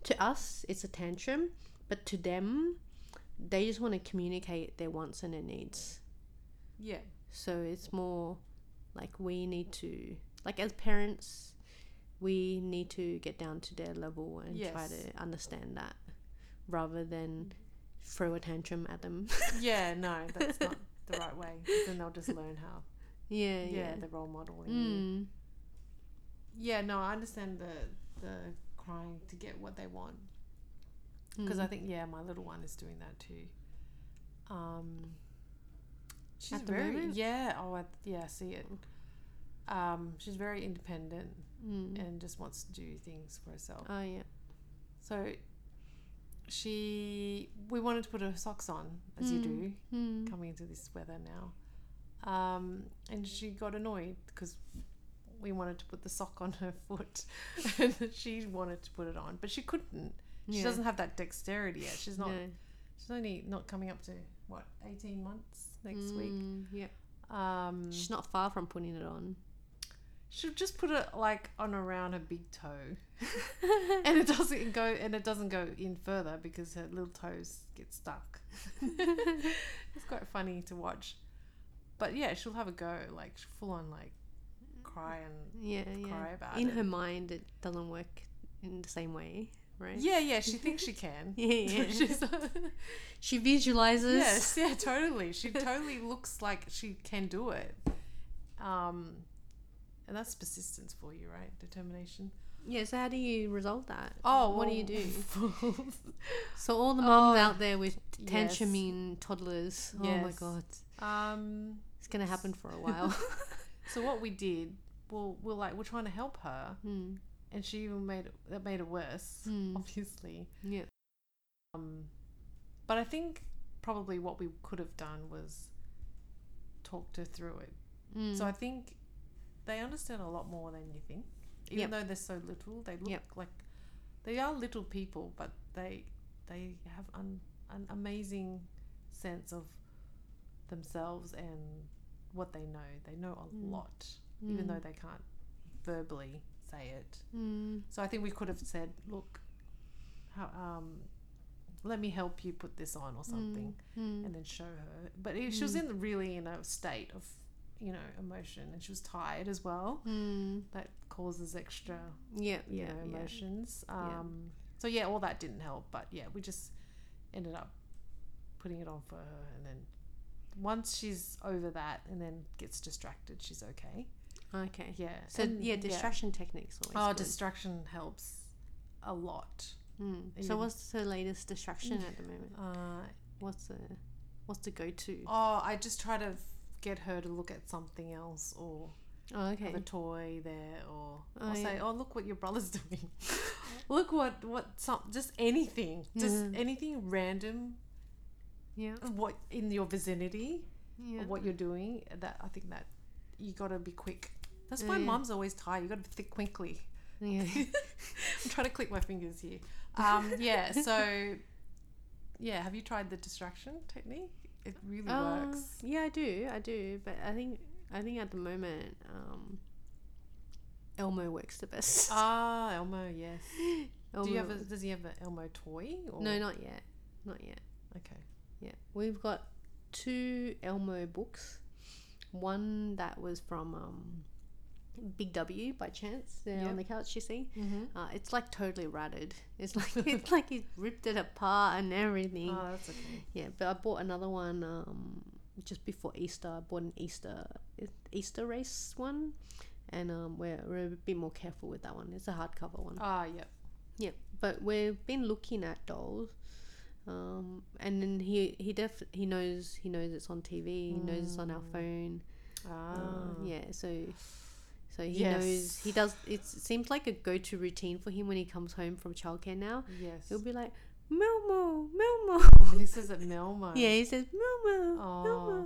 A: To us, it's a tantrum, but to them, they just want to communicate their wants and their needs.
B: Yeah.
A: So it's more like we need to, like as parents, we need to get down to their level and try
B: Yes.
A: to understand that, rather than throw a tantrum at them. *laughs*
B: Yeah. No, that's not the right way. 'cause Then they'll just learn how.
A: yeah,
B: Yeah.
A: yeah.
B: The role modeling.
A: Mm.
B: Yeah. No, I understand the the crying to get what they want. because I
A: Mm.
B: think yeah, my little one is doing that too. Um, she's
A: At the
B: very
A: moment?
B: yeah. Oh, I, yeah, I see it. Um, she's very independent
A: Mm.
B: and just wants to do things for herself.
A: Oh yeah.
B: So she, we wanted to put her socks on as you do
A: Mm.
B: coming into this weather now, um, and she got annoyed because. We wanted to put the sock on her *laughs* foot, and she wanted to put it on, but she couldn't. She
A: Yeah.
B: doesn't have that dexterity yet. She's not
A: No.
B: She's only not coming up to what eighteen months next week.
A: Mm, Yeah.
B: Um,
A: She's not far from putting it on.
B: she'll just put it like on around her
A: *laughs*
B: big toe, and it doesn't go and it doesn't go in further because her little toes
A: *laughs*
B: get stuck. it's quite funny to watch, but yeah, she'll have a go, like she'll full on like cry and
A: Yeah, yeah.
B: cry about
A: In
B: it.
A: her mind, it doesn't work in the same way, right?
B: yeah, yeah, she thinks she can.
A: *laughs* yeah. yeah.
B: *laughs* She's-
A: she visualizes. *laughs*
B: Yes, yeah, totally. She totally looks like she can do it. Um, and that's persistence for you, right? Determination.
A: Yeah. So how do you resolve that?
B: Oh,
A: what do you do?
B: *laughs* do?
A: So all the mums
B: Oh,
A: out there with
B: yes.
A: tantruming toddlers. Oh my
B: Yes.
A: god,
B: um,
A: it's gonna happen for
B: *laughs*
A: a while.
B: so what we did, well, we're like we're trying to help her,
A: mm.
B: and she even made it, that made it worse,
A: Mm.
B: obviously.
A: Yeah.
B: Um, but I think probably what we could have done was talked her through it.
A: Mm.
B: So I think they understand a lot more than you think. Even
A: Yep.
B: though they're so little, they look
A: Yep.
B: like they are little people, but they they have an, an amazing sense of themselves and what they know. They know a
A: Mm.
B: lot, even
A: Mm.
B: though they can't verbally say it.
A: Mm.
B: So I think we could have said, "Look, how, um, let me help you put this on or something."
A: Mm.
B: and then show her. But it, she was
A: Mm.
B: in really in a state of, you know, emotion, and she was tired as well.
A: Mm.
B: That causes extra,
A: Yeah.
B: you
A: Yeah.
B: know,
A: yeah.
B: emotions.
A: Yeah.
B: Um, So yeah, all that didn't help. But yeah, we just ended up putting it on for her, and then once she's over that, and then gets distracted, she's okay.
A: Okay.
B: Yeah.
A: So
B: and,
A: yeah, distraction techniques. Always
B: Oh,
A: good.
B: distraction helps a lot.
A: Mm.
B: Yeah.
A: So what's the latest
B: Mm.
A: distraction at the moment?
B: Uh,
A: What's the what's the go to?
B: oh, I just try to f- get her to look at something else or
A: Oh,
B: have
A: okay.
B: a toy there or
A: Oh,
B: or
A: yeah.
B: say, oh look what your
A: *laughs*
B: brother's *laughs* doing, look what what some just anything, just
A: Mhm.
B: anything random,
C: Yeah.
B: what in your vicinity,
C: Yeah.
B: or what
A: *laughs*
B: you're doing. That I think that you gotta be quick. That's
C: Yeah,
B: why
C: yeah.
B: mum's always tired. You gotta think quickly. *laughs*
C: Yeah.
B: I'm trying to click my fingers *laughs* here. Um, yeah, so yeah, have you tried the distraction technique? It really
A: Uh,
B: works.
A: Yeah, I do. I do. But I think I think at the moment, um, Elmo works the best.
B: Ah, Elmo, yes.
A: Elmo,
B: Do you have a, does he have an Elmo toy? Or?
A: no, not yet, not yet.
B: Okay.
A: Yeah, we've got two Elmo books. One that was from um, Big W by chance there
B: Yep.
A: on the couch. You see,
B: Mm-hmm.
A: uh, it's like totally ratted. It's like *laughs* it's like he ripped it apart and everything.
B: Oh, that's okay.
A: Yeah, but I bought another one um, just before Easter. I bought an Easter Easter race one, and um, we're, we're a bit more careful with that one. It's a hardcover one.
B: Ah, yep.
A: Yeah, but we've been looking at dolls, um, and then he he def he knows he knows it's on TV. He knows it's on our phone.
B: Ah,
A: Uh, yeah, so. So he
B: Yes.
A: knows he does. It's, it seems like a go-to routine for him when he comes home from childcare. Now
B: yes.
A: he'll be like, "Melmo, Melmo."
B: he says it Melmo.
A: Yeah, he says Momo,
B: Aw.
A: Momo,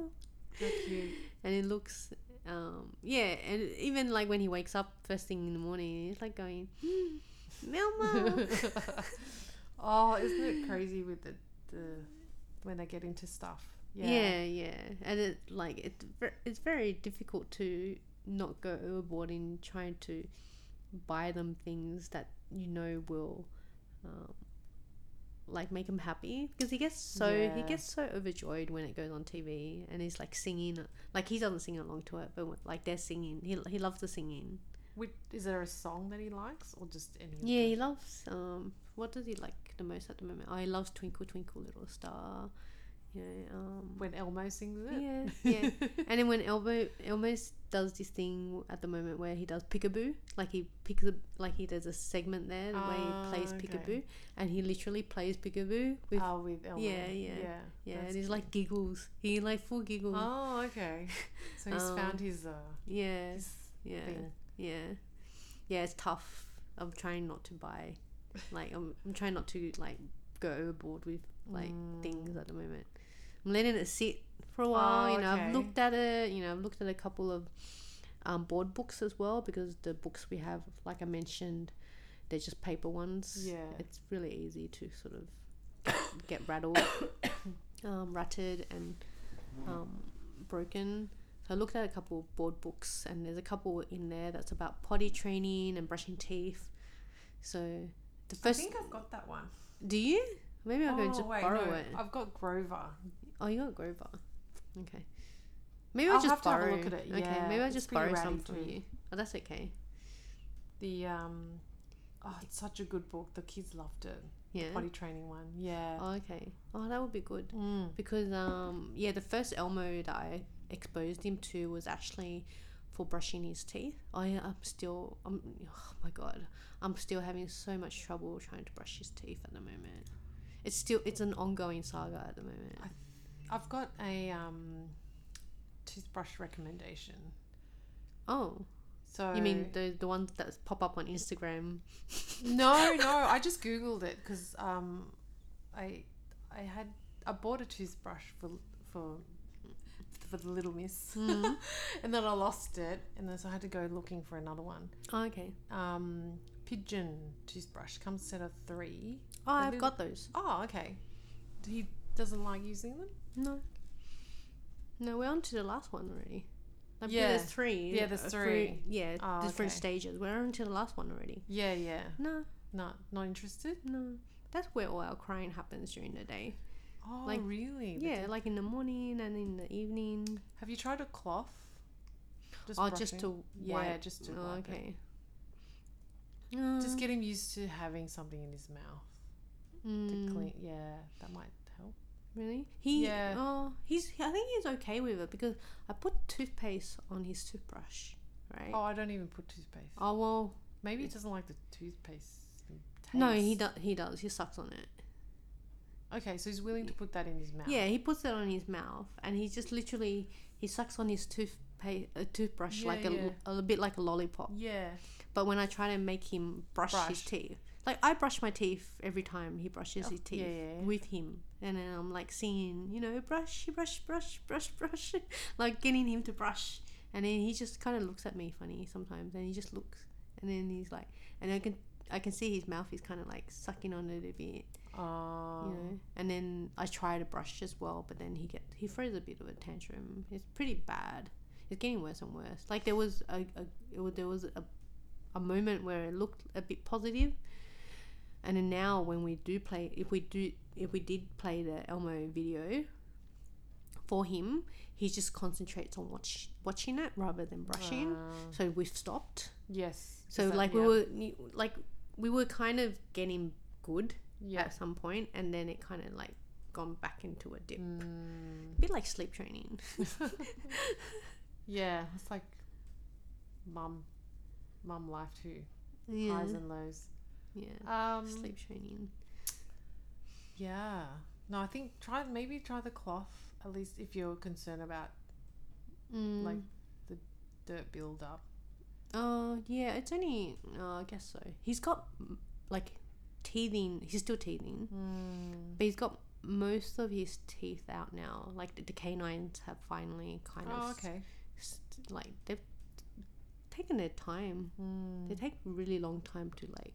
B: How cute.
A: and it looks, um, yeah, and even like when he wakes up first thing in the morning, he's like going, "Hmm, *laughs* Momo.
B: *laughs* oh, isn't it crazy with the, the when they get into stuff?
A: yeah. yeah, and it like it, ver- it's very difficult to not go overboard in trying to buy them things that you know will. Um, like make him happy because he gets so he
B: Yeah.
A: gets so overjoyed when it goes on TV and he's like singing like he doesn't sing along to it but when- like they're singing he, he loves the singing
B: Which, is there a song that he likes or just any? of
A: Yeah,
B: them?
A: he loves. Um, what does he like the most at the moment? Oh, he loves Twinkle Twinkle Little Star. You know. Um,
B: When Elmo sings it. *laughs*
A: yeah, yeah. and then when Elmo Elmo s- does this thing at the moment where he does Peekaboo, like he picks a, like he does a segment there where
B: Ah,
A: he plays
B: okay.
A: Peekaboo, and he literally plays Peekaboo with
B: Ah, with Elmo.
A: yeah, yeah,
B: yeah.
A: yeah,
B: that's
A: and he's like giggles. He like full
B: cute.
A: giggles.
B: Oh, okay. So he's
A: Um,
B: found his uh
A: yeah,
B: his
A: yeah,
B: thing.
A: yeah, yeah. It's tough. I'm trying not to buy, like I'm I'm trying not to like go overboard with like
B: Mm.
A: things at the moment. I'm letting it sit for a while.
B: Oh,
A: you know,
B: okay.
A: I've looked at it. You know, I've looked at a couple of um, board books as well because the books we have, like I mentioned, they're just paper ones.
B: Yeah.
A: it's really easy to sort of get
B: *coughs*
A: rattled, um, ratted, and um, broken. So I looked at a couple of board books, and there's a couple in there that's about potty training and brushing teeth. So the
B: I
A: first,
B: think I've got that one.
A: do you? Maybe I'll go and
B: Oh,
A: just
B: wait,
A: borrow
B: no,
A: it.
B: I've got Grover.
A: Oh, you got Grover. Okay. Maybe
B: I'll
A: I'll just
B: have to have a
A: borrow.
B: look at it,
A: Okay,
B: yeah,
A: maybe I'll
B: it's
A: just
B: pretty
A: borrow
B: ratty
A: some from
B: too.
A: you. Oh, that's okay.
B: The um, oh, it's such a good book. The kids loved it.
A: Yeah.
B: Body training one. Yeah.
A: Oh, okay. Oh, that would be good
B: Mm.
A: because um yeah, the first Elmo that I exposed him to was actually for brushing his teeth. I am still I'm oh my god, I'm still having so much trouble trying to brush his teeth at the moment. It's still it's an ongoing saga at the moment.
B: I've got a um, toothbrush recommendation.
A: Oh,
B: So
A: you mean the the ones that pop up on Instagram?
B: no, *laughs* no. I just googled it because um, I I had I bought a toothbrush for for for the little miss, *laughs* and then I lost it, and then so I had to go looking for another one.
A: *laughs* Oh, okay.
B: Um, pigeon toothbrush comes set of three.
A: Oh,
B: The
A: I've
B: little-
A: got those.
B: Oh, okay. He doesn't like using them.
A: No. No, we're on to the last one already. I believe
B: Yeah.
A: there's three.
B: Yeah, there's
A: uh,
B: three.
A: yeah,
B: Oh,
A: different
B: okay.
A: stages. We're on to the last one already.
B: Yeah, yeah.
A: No,
B: Not not interested.
A: no. That's where all our crying happens during the day.
B: Oh,
A: Like-
B: really? The
A: Yeah, like in the morning and in the evening.
B: Have you tried a cloth? Just
A: oh, just
B: brushing?
A: to
B: Yeah,
A: wipe.
B: just to
A: oh,
B: wipe it.
A: okay.
B: just
A: Uh,
B: get him used to having something in his mouth to
A: mm,
B: clean. Yeah, that might help.
A: Really? He
B: Yeah.
A: Oh, he's. I think he's okay with it because I put toothpaste on his toothbrush, right?
B: Oh, I don't even put toothpaste.
A: oh well,
B: Maybe he doesn't like the toothpaste. Taste.
A: No, he does. He does. He sucks on it.
B: Okay, so he's willing to put that in his mouth.
A: Yeah, he puts it on his mouth, and he just literally he sucks on his toothpaste toothpaste, a toothbrush, like a,
B: Yeah,
A: a bit like a lollipop.
B: Yeah.
A: But when I try to make him brush, his
B: Brush. Oh,
A: teeth, like I brush my teeth every time he brushes his teeth
B: yeah, yeah, yeah.
A: with him, and then I'm like singing, you know, brush, brush, brush, brush, brush, *laughs* like getting him to brush, and then he just kind of looks at me funny sometimes, and he just looks, and then he's like, and I can I can see his mouth is kind of like sucking on it a bit,
B: Oh.
A: you know, and then I try to brush as well, but then he get he throws a bit of a tantrum. It's pretty bad. It's getting worse and worse. Like there was a, a it was, there was a a moment where it looked a bit positive, and then now when we do play, if we do, if we did play the Elmo video for him, he just concentrates on watch, watching it rather than brushing.
B: Ah.
A: So we've stopped.
B: yes.
A: So
B: Is that-
A: like
B: yeah.
A: we were like we were kind of getting good
B: Yeah.
A: at some point and then it kind of like gone back into a dip
B: Mm,
A: a *laughs* bit like sleep training
B: yeah. It's like mum, mum life too.
A: yeah Um,
B: Highs and lows.
A: yeah
B: Um.
A: sleep training
B: Yeah. No, I think try maybe try the cloth at least if you're concerned about
A: mm.
B: like the dirt buildup.
A: oh yeah it's only oh, i guess so he's got mm, like teething he's still teething
B: Mm.
A: but he's got most of his teeth out now like the, the canines have finally kind of
B: Oh,
A: s-
B: okay.
A: s- like they've taken their time they
B: Mm.
A: take really long time to like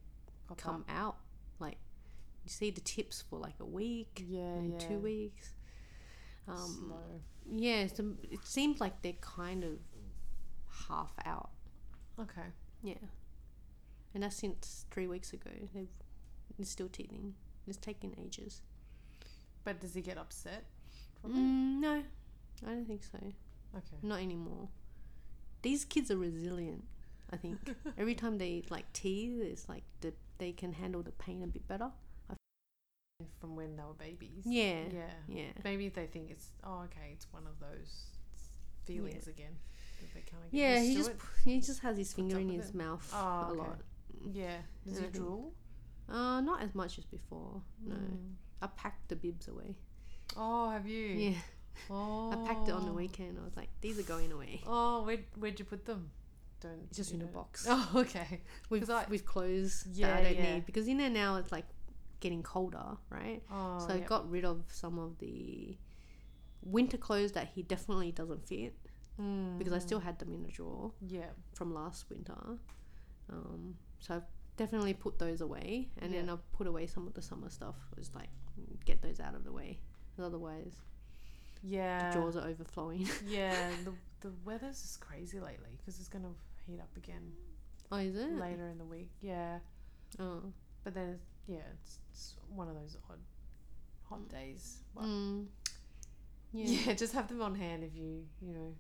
B: Pop
A: come
B: up.
A: out like you see the tips for like a week
B: Yeah.
A: and
B: yeah.
A: two weeks. Um,
B: Slow.
A: yeah, so it seems like they're kind of half out.
B: Okay.
A: Yeah, and that's since three weeks ago. They've it's still teething. It's taking ages.
B: But does he get upset? from it?
A: Mm, no, I don't think so.
B: Okay.
A: Not anymore. These kids are resilient. I
B: *laughs*
A: think every time they like teeth, it's like the, they can handle the pain a bit better.
B: From when they were babies.
A: Yeah,
B: Yeah.
A: yeah.
B: Maybe they think it's oh okay, it's one of those feelings again that they can't get
A: Yeah,
B: used
A: he
B: to
A: just
B: it.
A: he just has his finger
B: up
A: in
B: with
A: his
B: it?
A: mouth
B: Oh,
A: a
B: okay.
A: lot.
B: Yeah.
A: and
B: Does he
A: I think-
B: drool?
A: Uh, not as much as before. Mm-hmm. No,
B: Mm.
A: I packed the bibs away.
B: Oh, have you?
A: Yeah,
B: Oh.
A: I packed it on the weekend. I was like, these are going away.
B: Oh, where where'd you put them? Don't
A: Just
B: you
A: in a
B: know?
A: box
B: *laughs* Oh, okay.
A: *laughs* with
B: 'cause I-
A: with clothes that
B: Yeah,
A: I don't
B: yeah.
A: need because you know now it's like getting colder, right?
B: Oh,
A: so I
B: yep.
A: got rid of some of the winter clothes that he definitely doesn't fit
B: Mm.
A: because I still had them in a drawer
B: yeah.
A: from last winter. Um, so I've definitely put those away, and then
B: Yeah.
A: I've put away some of the summer stuff. Was like get those out of the way, 'cause otherwise
B: Yeah.
A: the jaws are overflowing.
B: *laughs*
A: *laughs*
B: Yeah. The the weather's just crazy lately because it's gonna heat up again
A: oh, is it?
B: later in the week. Yeah.
A: Oh.
B: But then, it's, yeah, it's, it's one of those odd, hot days. Well,
A: Mm. Yeah. *laughs*
B: yeah. *laughs* just have them on hand if you, you know.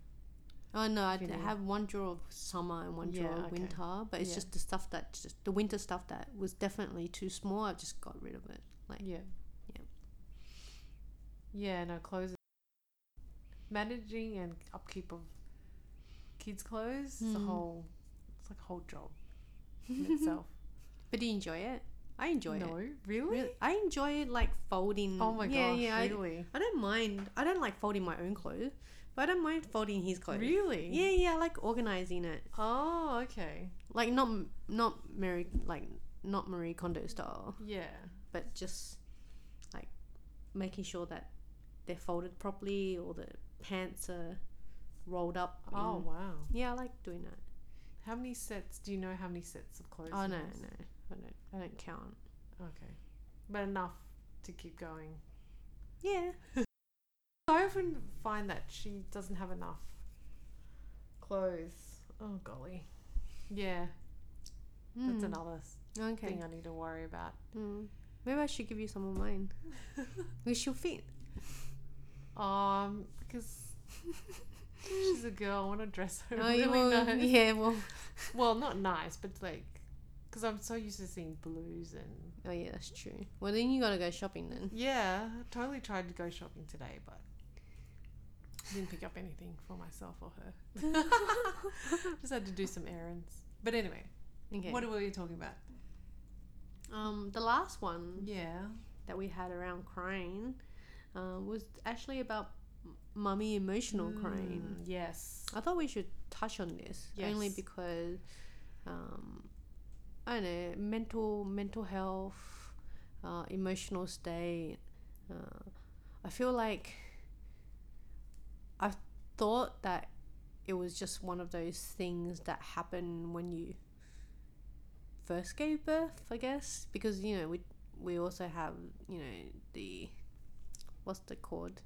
A: Oh no, I d-
B: Feeling-
A: have one drawer of summer and one drawer
B: Yeah,
A: of
B: okay.
A: winter, but it's
B: Yeah.
A: just the stuff that just the winter stuff that was definitely too small. I just got rid of it. Like
B: Yeah.
A: Yeah.
B: Yeah, no, clothes. Managing and upkeep of kids' clothes is a
A: Mm.
B: whole, it's like a whole job in itself.
A: But do you enjoy it? I *laughs* enjoy
B: no,
A: it.
B: really?
A: Really, I enjoy it like folding.
B: Oh my
A: yeah,
B: gosh,
A: Yeah, I,
B: really?
A: I don't mind. I don't like folding my own clothes, but I don't mind folding his clothes.
B: Really?
A: Yeah, yeah. I like organizing it.
B: Oh, okay.
A: Like not not Mary like not Marie Kondo style,
B: Yeah.
A: but just like making sure that they're folded properly or the pants are rolled up. in-
B: Oh, wow.
A: Yeah, I like doing that.
B: How many sets? Do you know how many sets of clothes?
A: Oh
B: he
A: no, no,
B: has?
A: I don't. I don't count.
B: Okay. But enough to keep going.
A: Yeah.
B: I often find that she doesn't have enough clothes. Oh golly. Yeah, that's
A: Mm.
B: another s-
A: Okay.
B: thing I need to worry about.
A: Mm. Maybe I should give you some of
B: *laughs*
A: mine. Which you'll fit.
B: Um, because *laughs* she's a girl, I want to dress her
A: Oh,
B: really
A: you will. *laughs*
B: nice.
A: Yeah, well.
B: Well, not nice, but like, because I'm so used to seeing blues and
A: Oh yeah, that's true. Well, then you gotta go shopping then.
B: yeah, I totally tried to go shopping today, but didn't pick up anything for myself or
A: *laughs*
B: her. *laughs* Just had to do some errands. But anyway,
A: Okay.
B: what were you talking about?
A: um, the last one
B: Yeah.
A: that we had around crying uh, was actually about mummy emotional crying.
B: Mm, yes.
A: I thought we should touch on this only
B: Yes.
A: because um, I don't know mental mental health, uh, emotional state. Uh, I feel like I thought that it was just one of those things that happen when you first gave birth, I guess, because you know we we also have you know the what's the called.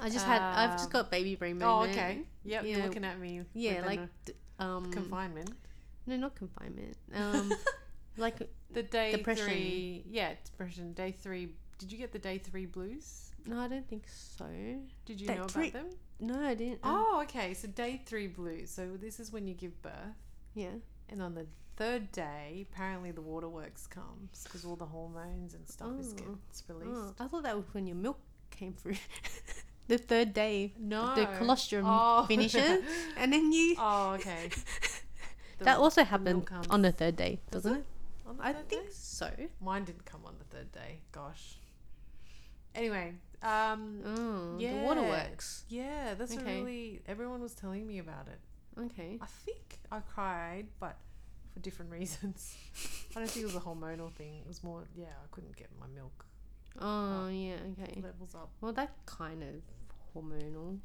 A: I just had. I've
B: Um,
A: just got baby brain
B: Oh,
A: moment.
B: okay.
A: Yeah.
B: Yep, you're looking at me.
A: Yeah,
B: within
A: like
B: a
A: d- um,
B: confinement.
A: no, not *laughs* confinement. Um, like
B: The day
A: Mm. Depression.
B: three. Yeah, depression. Day three. Did you get the day three blues?
A: no, I don't think so.
B: Did you
A: Day
B: know
A: three-
B: about them?
A: No, I didn't. uh,
B: Oh, okay. So day three blues. So this is when you give birth,
A: yeah.
B: and on the third day, apparently the waterworks comes because all the hormones and stuff is
A: Oh.
B: gets released.
A: Oh, I thought that was when your milk came through. *laughs* the third day,
B: No,
A: the colostrum
B: Oh.
A: *laughs* finishes, and then you.
B: *laughs*
A: *laughs*
B: Oh, okay. The-
A: that also happened
B: comes-
A: on the third day,
B: Does
A: doesn't it?
B: on the
A: I
B: third
A: think
B: day?
A: so.
B: mine didn't come on the third day. Gosh. Anyway, um,
A: Oh, the
B: Yeah.
A: waterworks.
B: yeah, that's a
A: Okay.
B: really. Everyone was telling me about it.
A: Okay.
B: I think I cried, but for different *laughs* reasons. I don't think it was a hormonal thing. It was more, yeah, I couldn't get my milk
A: Oh yeah. Okay.
B: levels up.
A: Well, that kind of hormonal,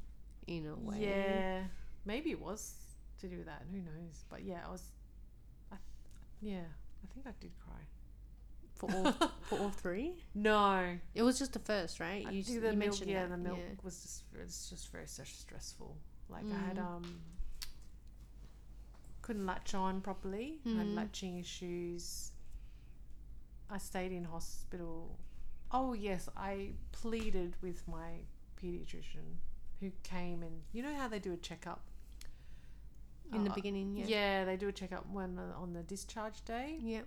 A: in a way.
B: Yeah, maybe it was to do with that. Who knows? But yeah, I was. I, yeah, I think I did cry.
A: For all for all *laughs* three.
B: No,
A: It was just the first, right?
B: I
A: You,
B: think
A: s-
B: the
A: you
B: milk,
A: mentioned
B: yeah,
A: that.
B: the milk
A: yeah.
B: was just it's just very so stressful. Like I had
A: Mm.
B: um couldn't latch on properly. I had
A: Mm.
B: latching issues. I stayed in hospital. Oh yes, I pleaded with my pediatrician who came and you know how they do a checkup
A: in the
B: Uh,
A: beginning.
B: Yeah,
A: Yeah.
B: they do a checkup when on the discharge day
A: Yeah.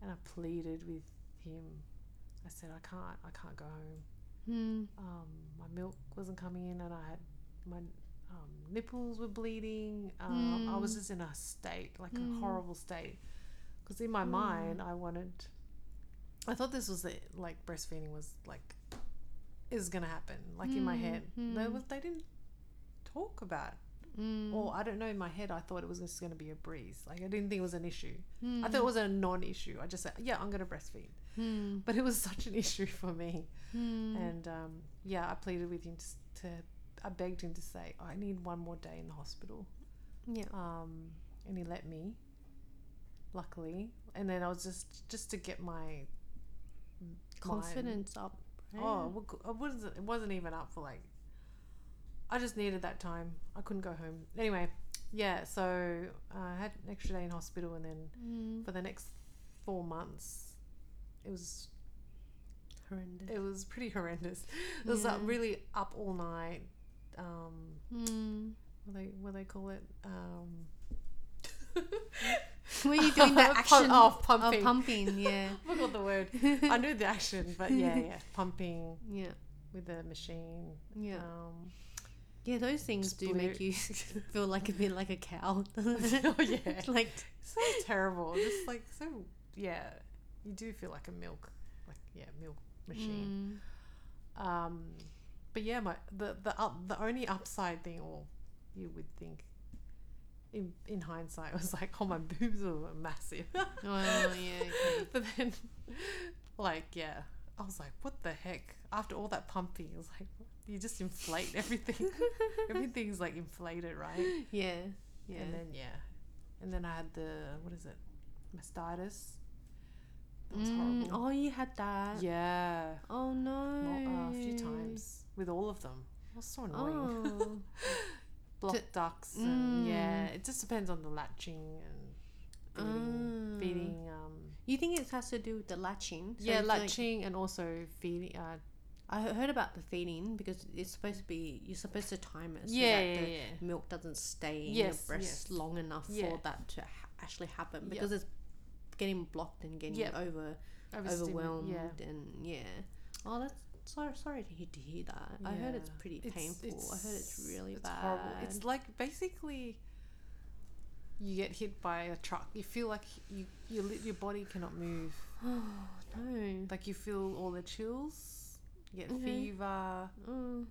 B: and I pleaded with him. I said I can't I can't go home.
A: Hmm.
B: um, my milk wasn't coming in and I had my um, nipples were bleeding. Um, I was
A: Mm.
B: just in a state, like
A: Mm.
B: a horrible state. Because in my
A: Mm.
B: mind, I wanted, I thought this was it, like breastfeeding was like, is going to happen, like in my head.
A: Mm,
B: They,
A: mm.
B: was, they didn't talk about
A: Mm.
B: or I don't know, in my head, I thought it was just going to be a breeze. Like, I didn't think it was an issue.
A: Hmm.
B: I thought it was a non issue. I just said, yeah, I'm going to breastfeed.
A: Hmm.
B: But it was *laughs* such an issue for me
A: Hmm.
B: and um, yeah, I pleaded with him to, s- to, I begged him to say, I need one more day in the hospital,
A: yeah.
B: um, and he let me, luckily. And then I was just just to get my
A: Confidence up.
B: my- oh, well, co- I wasn't it wasn't even up for like. I just needed that time. I couldn't go home anyway. Yeah, so uh, I had an extra day in hospital, and then
A: Mm.
B: for the next four months, it was
A: horrendous.
B: it was pretty *laughs* horrendous. It was like
A: Yeah.
B: really up all night. Um, *laughs*
A: Hmm.
B: what they what they call it? Um, *laughs*
A: Were you doing that
B: Pump-
A: action
B: oh,
A: of
B: pumping.
A: pumping,
B: *laughs*
A: yeah.
B: I forgot the word. I knew the action,
A: *laughs*
B: but yeah, yeah, pumping
A: Yeah.
B: with the machine.
A: Yeah.
B: Um,
A: Yeah, those things
B: Just
A: do make you *laughs* feel like a bit like a
B: *laughs*
A: cow, doesn't it?
B: oh yeah,
A: *laughs* It's like
B: so terrible. Just like so, yeah. You do feel like a milk, like yeah, milk machine.
A: mm,
B: Um, but yeah, my the the up, the only upside thing, or you would think, in in hindsight, *laughs* was like, oh, my boobs were massive.
A: Oh, yeah, okay.
B: *laughs* But then, like, yeah, I was like, what the heck? After all that pumping, it was like you just inflate everything. Everything's like inflated, right?
A: Yeah. Yeah.
B: And then yeah, and then I had the what is it, mastitis. That was
A: Mm,
B: horrible.
A: Oh, you had that.
B: Yeah,
A: Oh no.
B: Mo- uh, a few times with all of them. It was so annoying. *laughs*
A: Oh.
B: block
A: To-
B: ducks and yeah
A: Mm.
B: it just depends on the latching and feeding,
A: Ah.
B: feeding um
A: You think it has to do with the latching? So
B: yeah
A: it's like-
B: latching and also feeding uh
A: I he- heard about the feeding because it's supposed to be you're supposed to time it so
B: yeah
A: that
B: yeah,
A: the
B: yeah.
A: milk doesn't stay in
B: Yes,
A: your breast
B: yes.
A: long enough
B: Yeah.
A: for that to ha- actually happen
B: Yeah.
A: because it's getting blocked and getting
B: Yeah.
A: over
B: Overstim-
A: overwhelmed
B: yeah
A: and yeah. Oh, that's so sorry to hear, to hear that. I heard it's
B: Yeah.
A: pretty
B: It's-
A: painful. I heard it's really bad.
B: horrible. it's like basically you get hit by a truck you feel like you, you your body cannot move
A: oh *gasps* no.
B: like you feel all the chills You get
A: Okay.
B: fever.
A: Mm.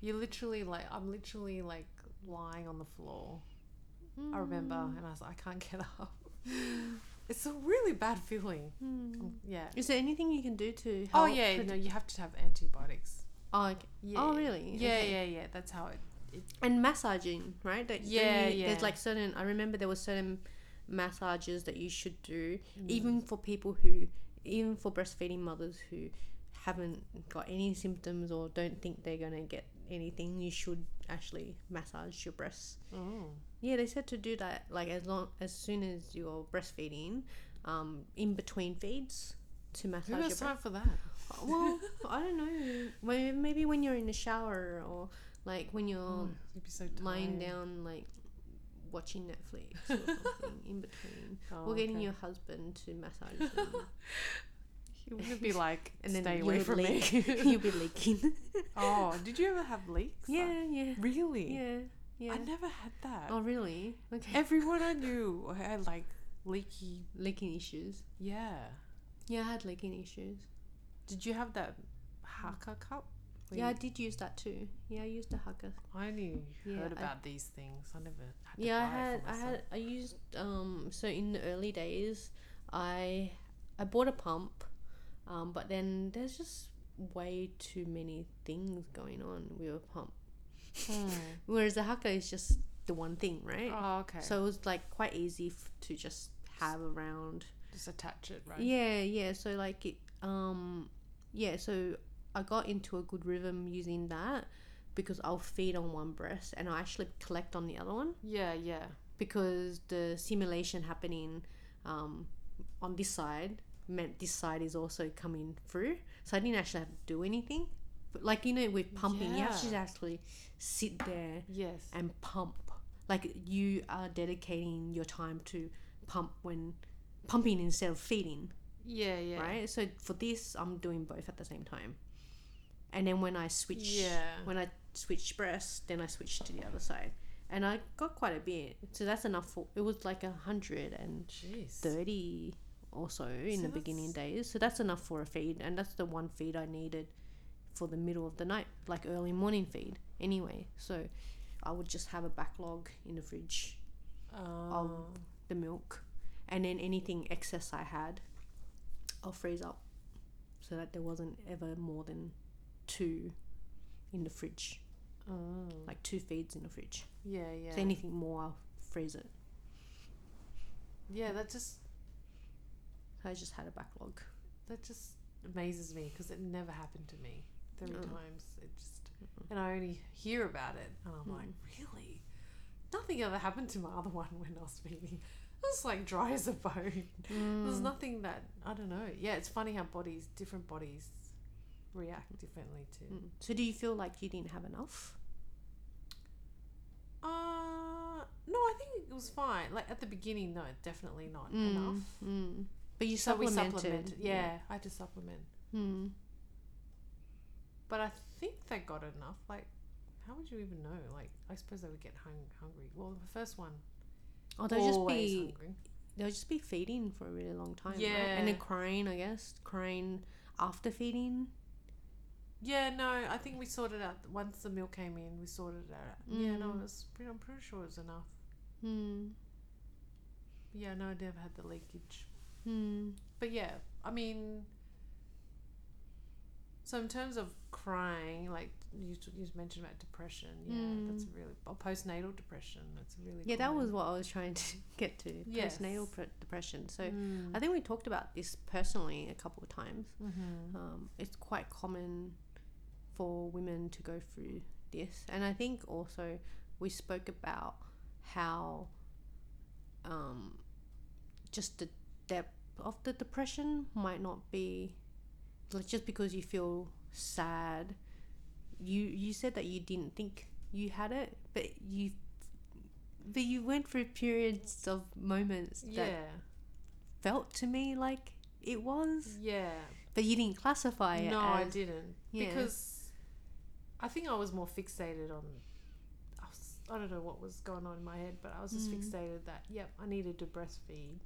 B: You're literally like, I'm literally like lying on the floor.
A: Mm.
B: I remember, and I was like, I can't get *laughs* up. It's a really bad feeling.
A: Mm.
B: Yeah.
A: Is there anything you can do to help?
B: Oh yeah,
A: predi-
B: no, you have to have antibiotics.
A: Oh, okay.
B: Yeah.
A: Oh, really?
B: Yeah,
A: Okay.
B: yeah, yeah. That's how it.
A: And massaging, right? That don't
B: Yeah,
A: you-
B: yeah.
A: There's like certain. I remember there were certain massages that you should do,
B: Mm.
A: even for people who, even for breastfeeding mothers who haven't got any symptoms or don't think they're gonna get anything. You should actually massage your breasts.
B: Mm.
A: Yeah, they said to do that like as long as soon as you're breastfeeding, um, in between feeds to massage
B: Who
A: your
B: has
A: breasts.
B: time for that? *laughs*
A: Well, I don't know. May- Maybe when you're in the shower or like when you're
B: Oh, you'd be so tired.
A: lying down, like watching Netflix
B: *laughs*
A: or something in between,
B: Oh,
A: or getting
B: okay.
A: your husband to
B: *laughs*
A: massage them,
B: He would be like,
A: *laughs* and then
B: stay
A: you
B: away
A: would
B: from *laughs*
A: leak. *laughs*
B: me.
A: You'll be
B: *laughs*
A: leaking.
B: oh, did you ever have leaks? Like-
A: yeah, yeah,
B: really?
A: yeah, yeah.
B: I never had that.
A: Oh, really? Okay.
B: *laughs* Everyone I knew had like leaky.
A: leaking issues.
B: Yeah.
A: Yeah, I had leaking issues.
B: Did you have that haka cup? Where
A: Yeah, I
B: you-
A: did use that too. Yeah, I used the hugger.
B: I only
A: Yeah,
B: heard
A: I-
B: about these things. I never had to
A: yeah i
B: buy it
A: had
B: for
A: i
B: myself.
A: had i used um so in the early days i i bought a pump um but then there's just way too many things going on with a pump
B: Hmm.
A: whereas a haka is just the one thing right
B: *laughs* Oh, okay. So
A: so it was like quite easy f- to just have around
B: just attach it, right?
A: yeah yeah so like it um yeah so i got into a good rhythm using that because i'll feed on one breast and i actually collect on the other one
B: Yeah, yeah.
A: because the simulation happening um, on this side meant this side is also coming through. So I didn't actually have to do anything. But like you know, with pumping, you have to
B: Yeah.
A: actually sit there
B: Yes.
A: and pump. Like you are dedicating your time to pump when pumping instead of feeding,
B: Yeah, yeah.
A: right? So for this, I'm doing both at the same time. And then when I switch,
B: Yeah.
A: when I switched breasts, then I switched to the other side, and I got quite a bit. So that's enough for it was like a hundred and
B: Jeez.
A: thirty or so in
B: So
A: the beginning
B: that's-
A: days. So that's enough for a feed, and that's the one feed I needed for the middle of the night, like early morning feed. Anyway, so I would just have a backlog in the fridge,
B: Oh.
A: the milk, and then anything excess I had, I'll freeze up, so that there wasn't ever more than two in the fridge
B: oh.
A: like two feeds in the fridge.
B: Yeah, yeah.
A: So anything more, I'll freeze it.
B: yeah, that just
A: I just had a backlog.
B: that just amazes me because it never happened to me. Three
A: Mm.
B: times it just, and I only hear about it, and I'm like,
A: Mm.
B: really? Nothing ever happened to my other *laughs* one when I was feeding. It was like dry as a bone.
A: Mm.
B: There's nothing that I don't know. Yeah, it's funny how bodies, different bodies, react differently to.
A: Mm. So do you feel like you didn't have enough?
B: Uh, no, I think it was fine. Like at the beginning, no, definitely not enough.
A: Mm. But you
B: So we
A: supplemented.
B: supplemented. Yeah, I had to supplement.
A: yeah. Mm.
B: But I think they got enough. Like, how would you even know? Like, I suppose they would get hung- hungry. Well, the first one,
A: Oh, they'll just
B: always
A: be
B: hungry.
A: they'll just be feeding for a really long time. right?
B: Yeah.
A: And then crying, I guess. Crying after feeding.
B: Yeah, no, I think we sorted out once the milk came in. We sorted it out. Yeah, no, it
A: Mm.
B: was pretty, I'm pretty sure it was enough.
A: Mm.
B: Yeah, no, I never had the leakage.
A: Mm.
B: But yeah, I mean, so in terms of crying, like you, t- you mentioned about depression, yeah, that's
A: Mm.
B: really or postnatal depression. That's really
A: Yeah, that
B: common.
A: was what I was trying to *laughs* get to.
B: Yes.
A: Postnatal pre- depression. So
B: Mm.
A: I think we talked about this personally a couple of times.
B: Mhm.
A: um, it's quite common for women to go through this. And I think also we spoke about how um, just the depth of the depression might not be like just because you feel sad. You you said that you didn't think you had it, but you but you went through periods of moments that
B: yeah,
A: felt to me like it was.
B: yeah.
A: But you didn't classify it.
B: Mm. no, I
A: as,
B: didn't
A: Yeah.
B: because I think I was more fixated on. I, was, I don't know what was going on in my head, but I was just
A: Mm.
B: fixated that yep, I needed to breastfeed,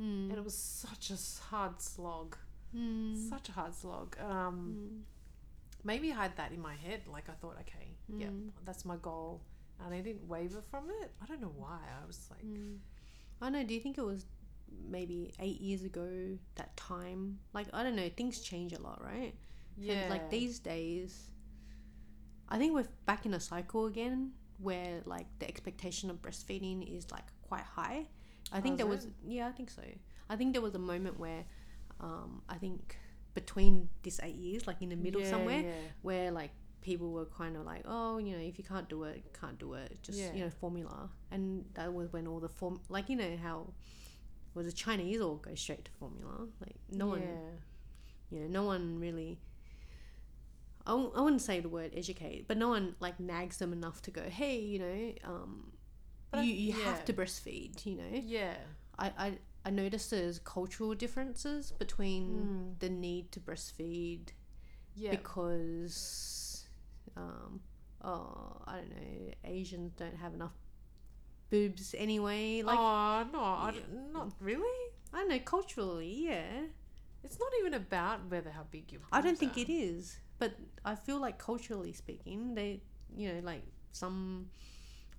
A: Mm.
B: and it was such a s- hard slog,
A: Mm.
B: such a hard slog. Um,
A: Mm.
B: maybe I had that in my head. Like I thought, okay, yeah,
A: Mm.
B: that's my goal, and I didn't waver from it. I don't know why. I was like,
A: Mm. I don't know. Do you think it was maybe eight years ago that time? Like I don't know. Things change a lot, right? So,
B: yeah,
A: Mm. like these days, I think we're back in a cycle again where like the expectation of breastfeeding is like quite high. I think
B: Oh,
A: there
B: is
A: was yeah, I think so. I think there was a moment where, um, I think between these eight years, like in the middle
B: Yeah,
A: somewhere,
B: yeah.
A: where like people were kind of like, oh, you know, if you can't do it, can't do it. Just
B: Yeah.
A: you know, formula, and that was when all the form, like you know how, was the Chinese all go straight to formula? Like no one
B: Yeah.
A: you know no one really I, w- I wouldn't say the word educate but no one like nags them enough to go hey you know um
B: But I-
A: you, you
B: yeah.
A: have to breastfeed you know
B: Yeah.
A: I, I I noticed there's cultural differences between the need to breastfeed
B: Mm. Yeah.
A: because um oh I don't know Asians don't have enough boobs anyway like
B: oh no, I
A: Yeah.
B: don't- not really.
A: I don't know culturally yeah
B: It's not even about whether how big your.
A: I don't
B: boobs
A: think
B: are.
A: it is, but I feel like culturally speaking, they, you know, like some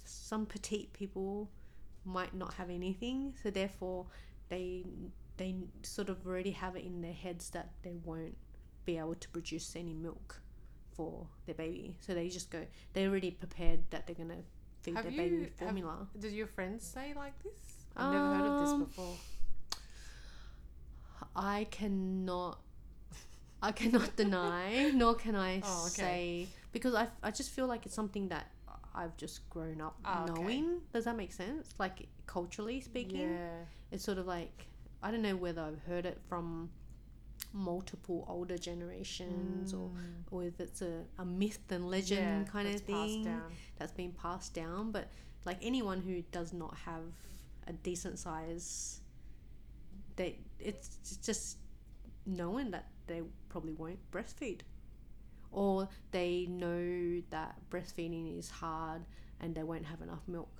A: some petite people might not have anything, so therefore they they sort of already have it in their heads that they won't be able to produce any milk for their baby. So they just go, they're already prepared that they're gonna feed
B: Have
A: their baby
B: you-
A: with
B: have-
A: formula.
B: Did your friends say like this? I've never heard of
A: Um,
B: this before.
A: I cannot. I cannot deny, nor can I
B: Oh, okay.
A: say because I, I just feel like it's something that I've just grown up
B: Ah, okay.
A: knowing. Does that make sense? Like culturally speaking,
B: Yeah.
A: it's sort of like I don't know whether I've heard it from multiple older generations or,
B: Mm.
A: or if it's a, a myth and legend
B: Yeah,
A: kind
B: that's
A: of
B: passed
A: thing
B: down.
A: that's been passed down. But like anyone who does not have a decent size, they it's just knowing that they probably won't breastfeed, or they know that breastfeeding is hard and they won't have enough milk.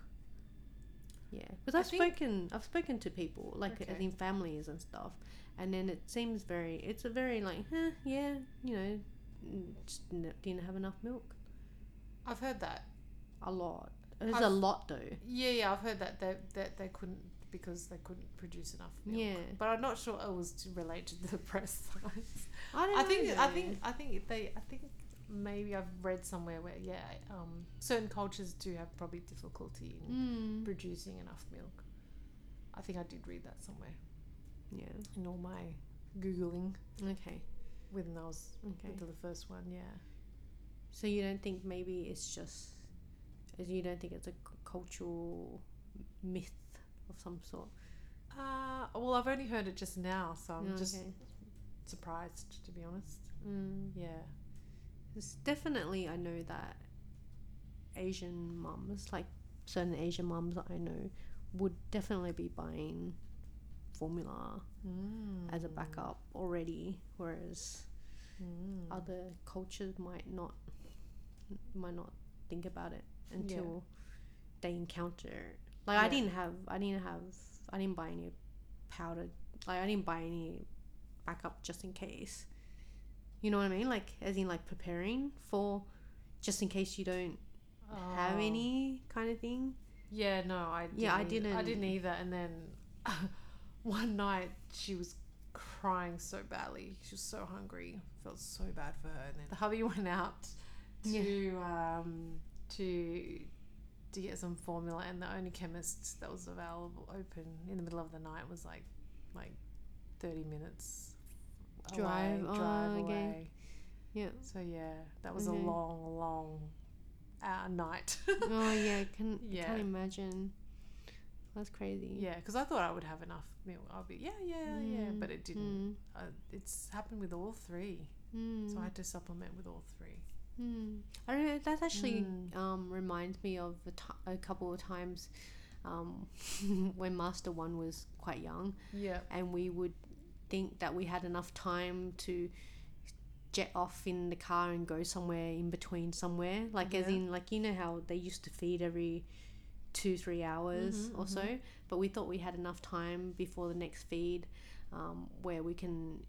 A: Yeah, because
B: I
A: I've
B: think-
A: spoken I've spoken to people like as
B: Okay.
A: in families and stuff, and then it seems very it's a very like huh, yeah you know mm, just n- didn't have enough milk
B: I've heard that.
A: a lot. It's a
B: I've-
A: lot though.
B: Yeah, yeah, I've heard that that that they couldn't because they couldn't produce enough milk.
A: Yeah,
B: But I'm not sure it was to relate to the *laughs* breast size.
A: I don't
B: I
A: know,
B: think I
A: though.
B: think I think if they I think maybe I've read somewhere where yeah, um, certain cultures do have probably difficulty in
A: Mm.
B: producing enough milk. I think I did read that somewhere
A: Yeah.
B: in all my googling
A: Okay.
B: when I was
A: Okay.
B: with the first one. Yeah.
A: So you don't think maybe it's just, you don't think it's a c- cultural myth of some sort.
B: Uh, well, I've only heard it just now, so I'm just
A: Oh, Okay.
B: surprised to be honest.
A: Mm.
B: Yeah.
A: It's definitely I know that Asian mums, like certain Asian mums that I know, would definitely be buying formula
B: Mm.
A: as a backup already, whereas
B: Mm.
A: other cultures might not might not think about it until they encounter it. like i
B: Yeah.
A: didn't have i didn't have i didn't buy any powdered like i didn't buy any backup just in case you know what i mean like as in like preparing for just in case you don't have
B: Oh.
A: any kind of thing
B: Yeah, no, I didn't
A: Yeah, I
B: either. I
A: didn't.
B: didn't either. And then *laughs* one night she was crying so badly. She was so hungry. felt so bad for her. And then the hubby *laughs* went out to um, to to get some formula, and the only chemist that was available open in the middle of the night was like like thirty minutes
A: Drive,
B: away, drive
A: oh, okay.
B: away.
A: yeah
B: So yeah, that was
A: Okay.
B: a long, long uh, night.
A: *laughs* oh yeah I can I
B: Yeah.
A: can't imagine that's crazy
B: Yeah, because I thought I would have enough milk. I'll be yeah, yeah, yeah, but it
A: mm.
B: didn't. Uh, it's happened with all three,
A: Mm.
B: so I had to supplement with all three.
A: Mm. I don't know. That actually
B: Mm.
A: um, reminds me of a, t- a couple of times um, *laughs* when Master One was quite young,
B: Yeah,
A: and we would think that we had enough time to jet off in the car and go somewhere in between somewhere. Like as
B: Yeah.
A: in, like you know how they used to feed every two three hours
B: Mhm,
A: or so, but we thought we had enough time before the next feed um, where we can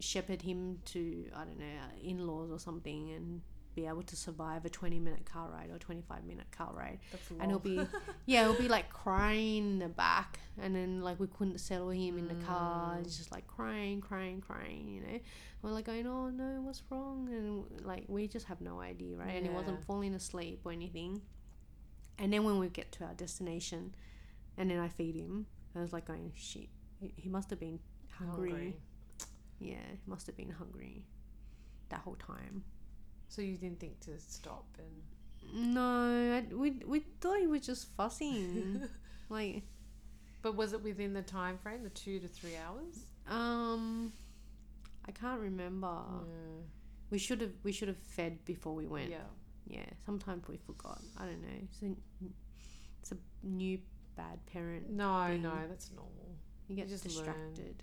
A: shepherd him to I don't know uh, in-laws or something and be able to survive a 20 minute car ride or 25 minute car ride
B: That's
A: and he'll
B: long.
A: be yeah he'll be like crying in the back and then like we couldn't settle him in the car he's just like crying crying crying you know we're like going oh no what's wrong and like we just have no idea right and he
B: Yeah.
A: wasn't falling asleep or anything and then when we get to our destination and then i feed him i was like going shit he- he must have been hungry. yeah he must have been hungry that whole time
B: So you didn't think to stop and
A: no, I, we we thought he was just
B: *laughs*
A: fussing. like,
B: But was it within the time frame, the two to three hours?
A: um, I can't remember. We should have we should have fed before we
B: Mm.
A: went.
B: yeah.
A: Yeah. sometimes we forgot. I don't know. It's a, it's a new bad parent.
B: No,
A: Thing.
B: no, that's normal.
A: You get
B: just learn.
A: distracted.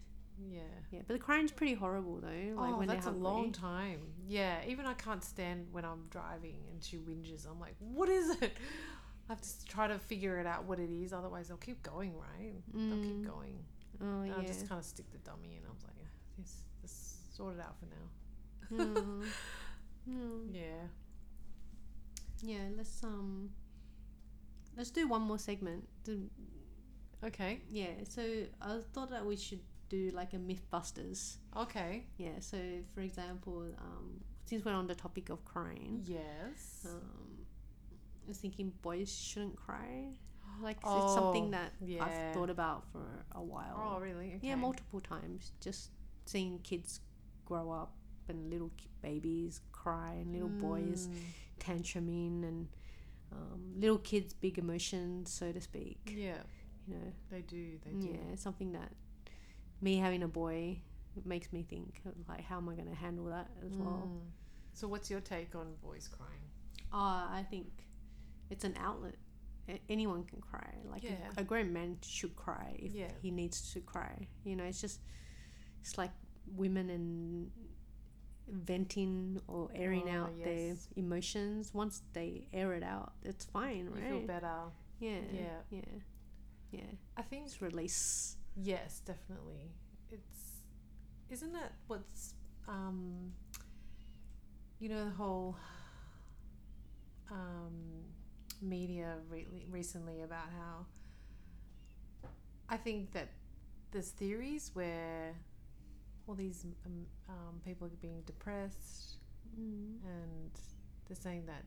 B: Yeah.
A: Yeah, but the crying's pretty horrible though. Like
B: oh,
A: when
B: that's
A: they're
B: a
A: hungry.
B: long time. Yeah. Even I can't stand when I'm driving and she whinges. I'm like, what is it? I have to s- try to figure it out what it is. Otherwise, they'll keep going, right? They'll
A: Mm.
B: keep going.
A: Oh
B: And
A: yeah.
B: I
A: *laughs*
B: just kind of stick the dummy in. I was like, yeah, this, this sort it out for now.
A: Mm. Mm.
B: *laughs* Yeah.
A: Yeah, let's um, let's do one more segment. The
B: Okay.
A: Yeah, so I thought that we should do like a Mythbusters.
B: Okay.
A: Yeah, so for example, um, since we're on the topic of crying,
B: Yes.
A: um, I was thinking boys shouldn't cry. Like it's
B: Oh,
A: something that
B: yeah.
A: I've thought about for a
B: Oh,
A: while.
B: really? Okay.
A: Yeah, multiple times. Just seeing kids grow up and little ki- babies cry and little boys
B: Mm.
A: tantruming and um, little kids' big emotions, so to speak.
B: Yeah,
A: You know,
B: they do. They do.
A: yeah, it's something that me having a boy makes me think like, how am I going to handle that as well?
B: Mm. So, what's your take on boys crying?
A: Uh, I think it's an outlet. A- Anyone can cry. Like a-
B: Yeah.
A: a, grown man should cry if
B: Yeah.
A: he needs to cry. You know, it's just it's like women and venting or airing
B: Oh,
A: out their
B: yes.
A: emotions. Once they air it out, it's fine,
B: You feel
A: right?
B: better.
A: yeah,
B: Yeah.
A: yeah, yeah.
B: I think
A: It's release.
B: yes, definitely. It's isn't that what's um, you know the whole um, media re- recently about how I think that there's theories where all these um, um, people are being depressed
A: Mm.
B: and they're saying that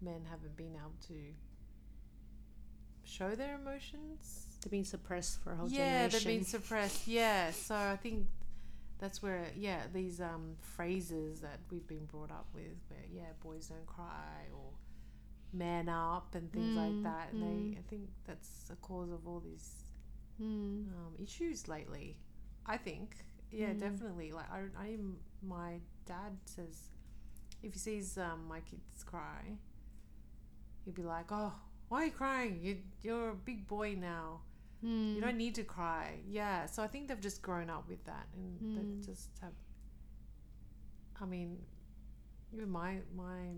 B: men haven't been able to show their emotions.
A: They've been suppressed for a whole
B: yeah,
A: generation.
B: they've been suppressed. Yeah, so I think that's where yeah these um, phrases that we've been brought up with, where yeah boys don't cry or man up and things like
A: Mm,
B: that. And They
A: mm.
B: I think that's a cause of all these
A: Mm.
B: um, issues lately. I think, yeah,
A: Mm.
B: definitely. Like I, I, am- my dad says, if he sees um, my kids cry, he'd be like, "Oh, why are you crying? You, you're a big boy now.
A: Mm.
B: You don't need to cry." Yeah, so I think they've just grown up with that, and
A: Mm.
B: they just have. I mean, even my my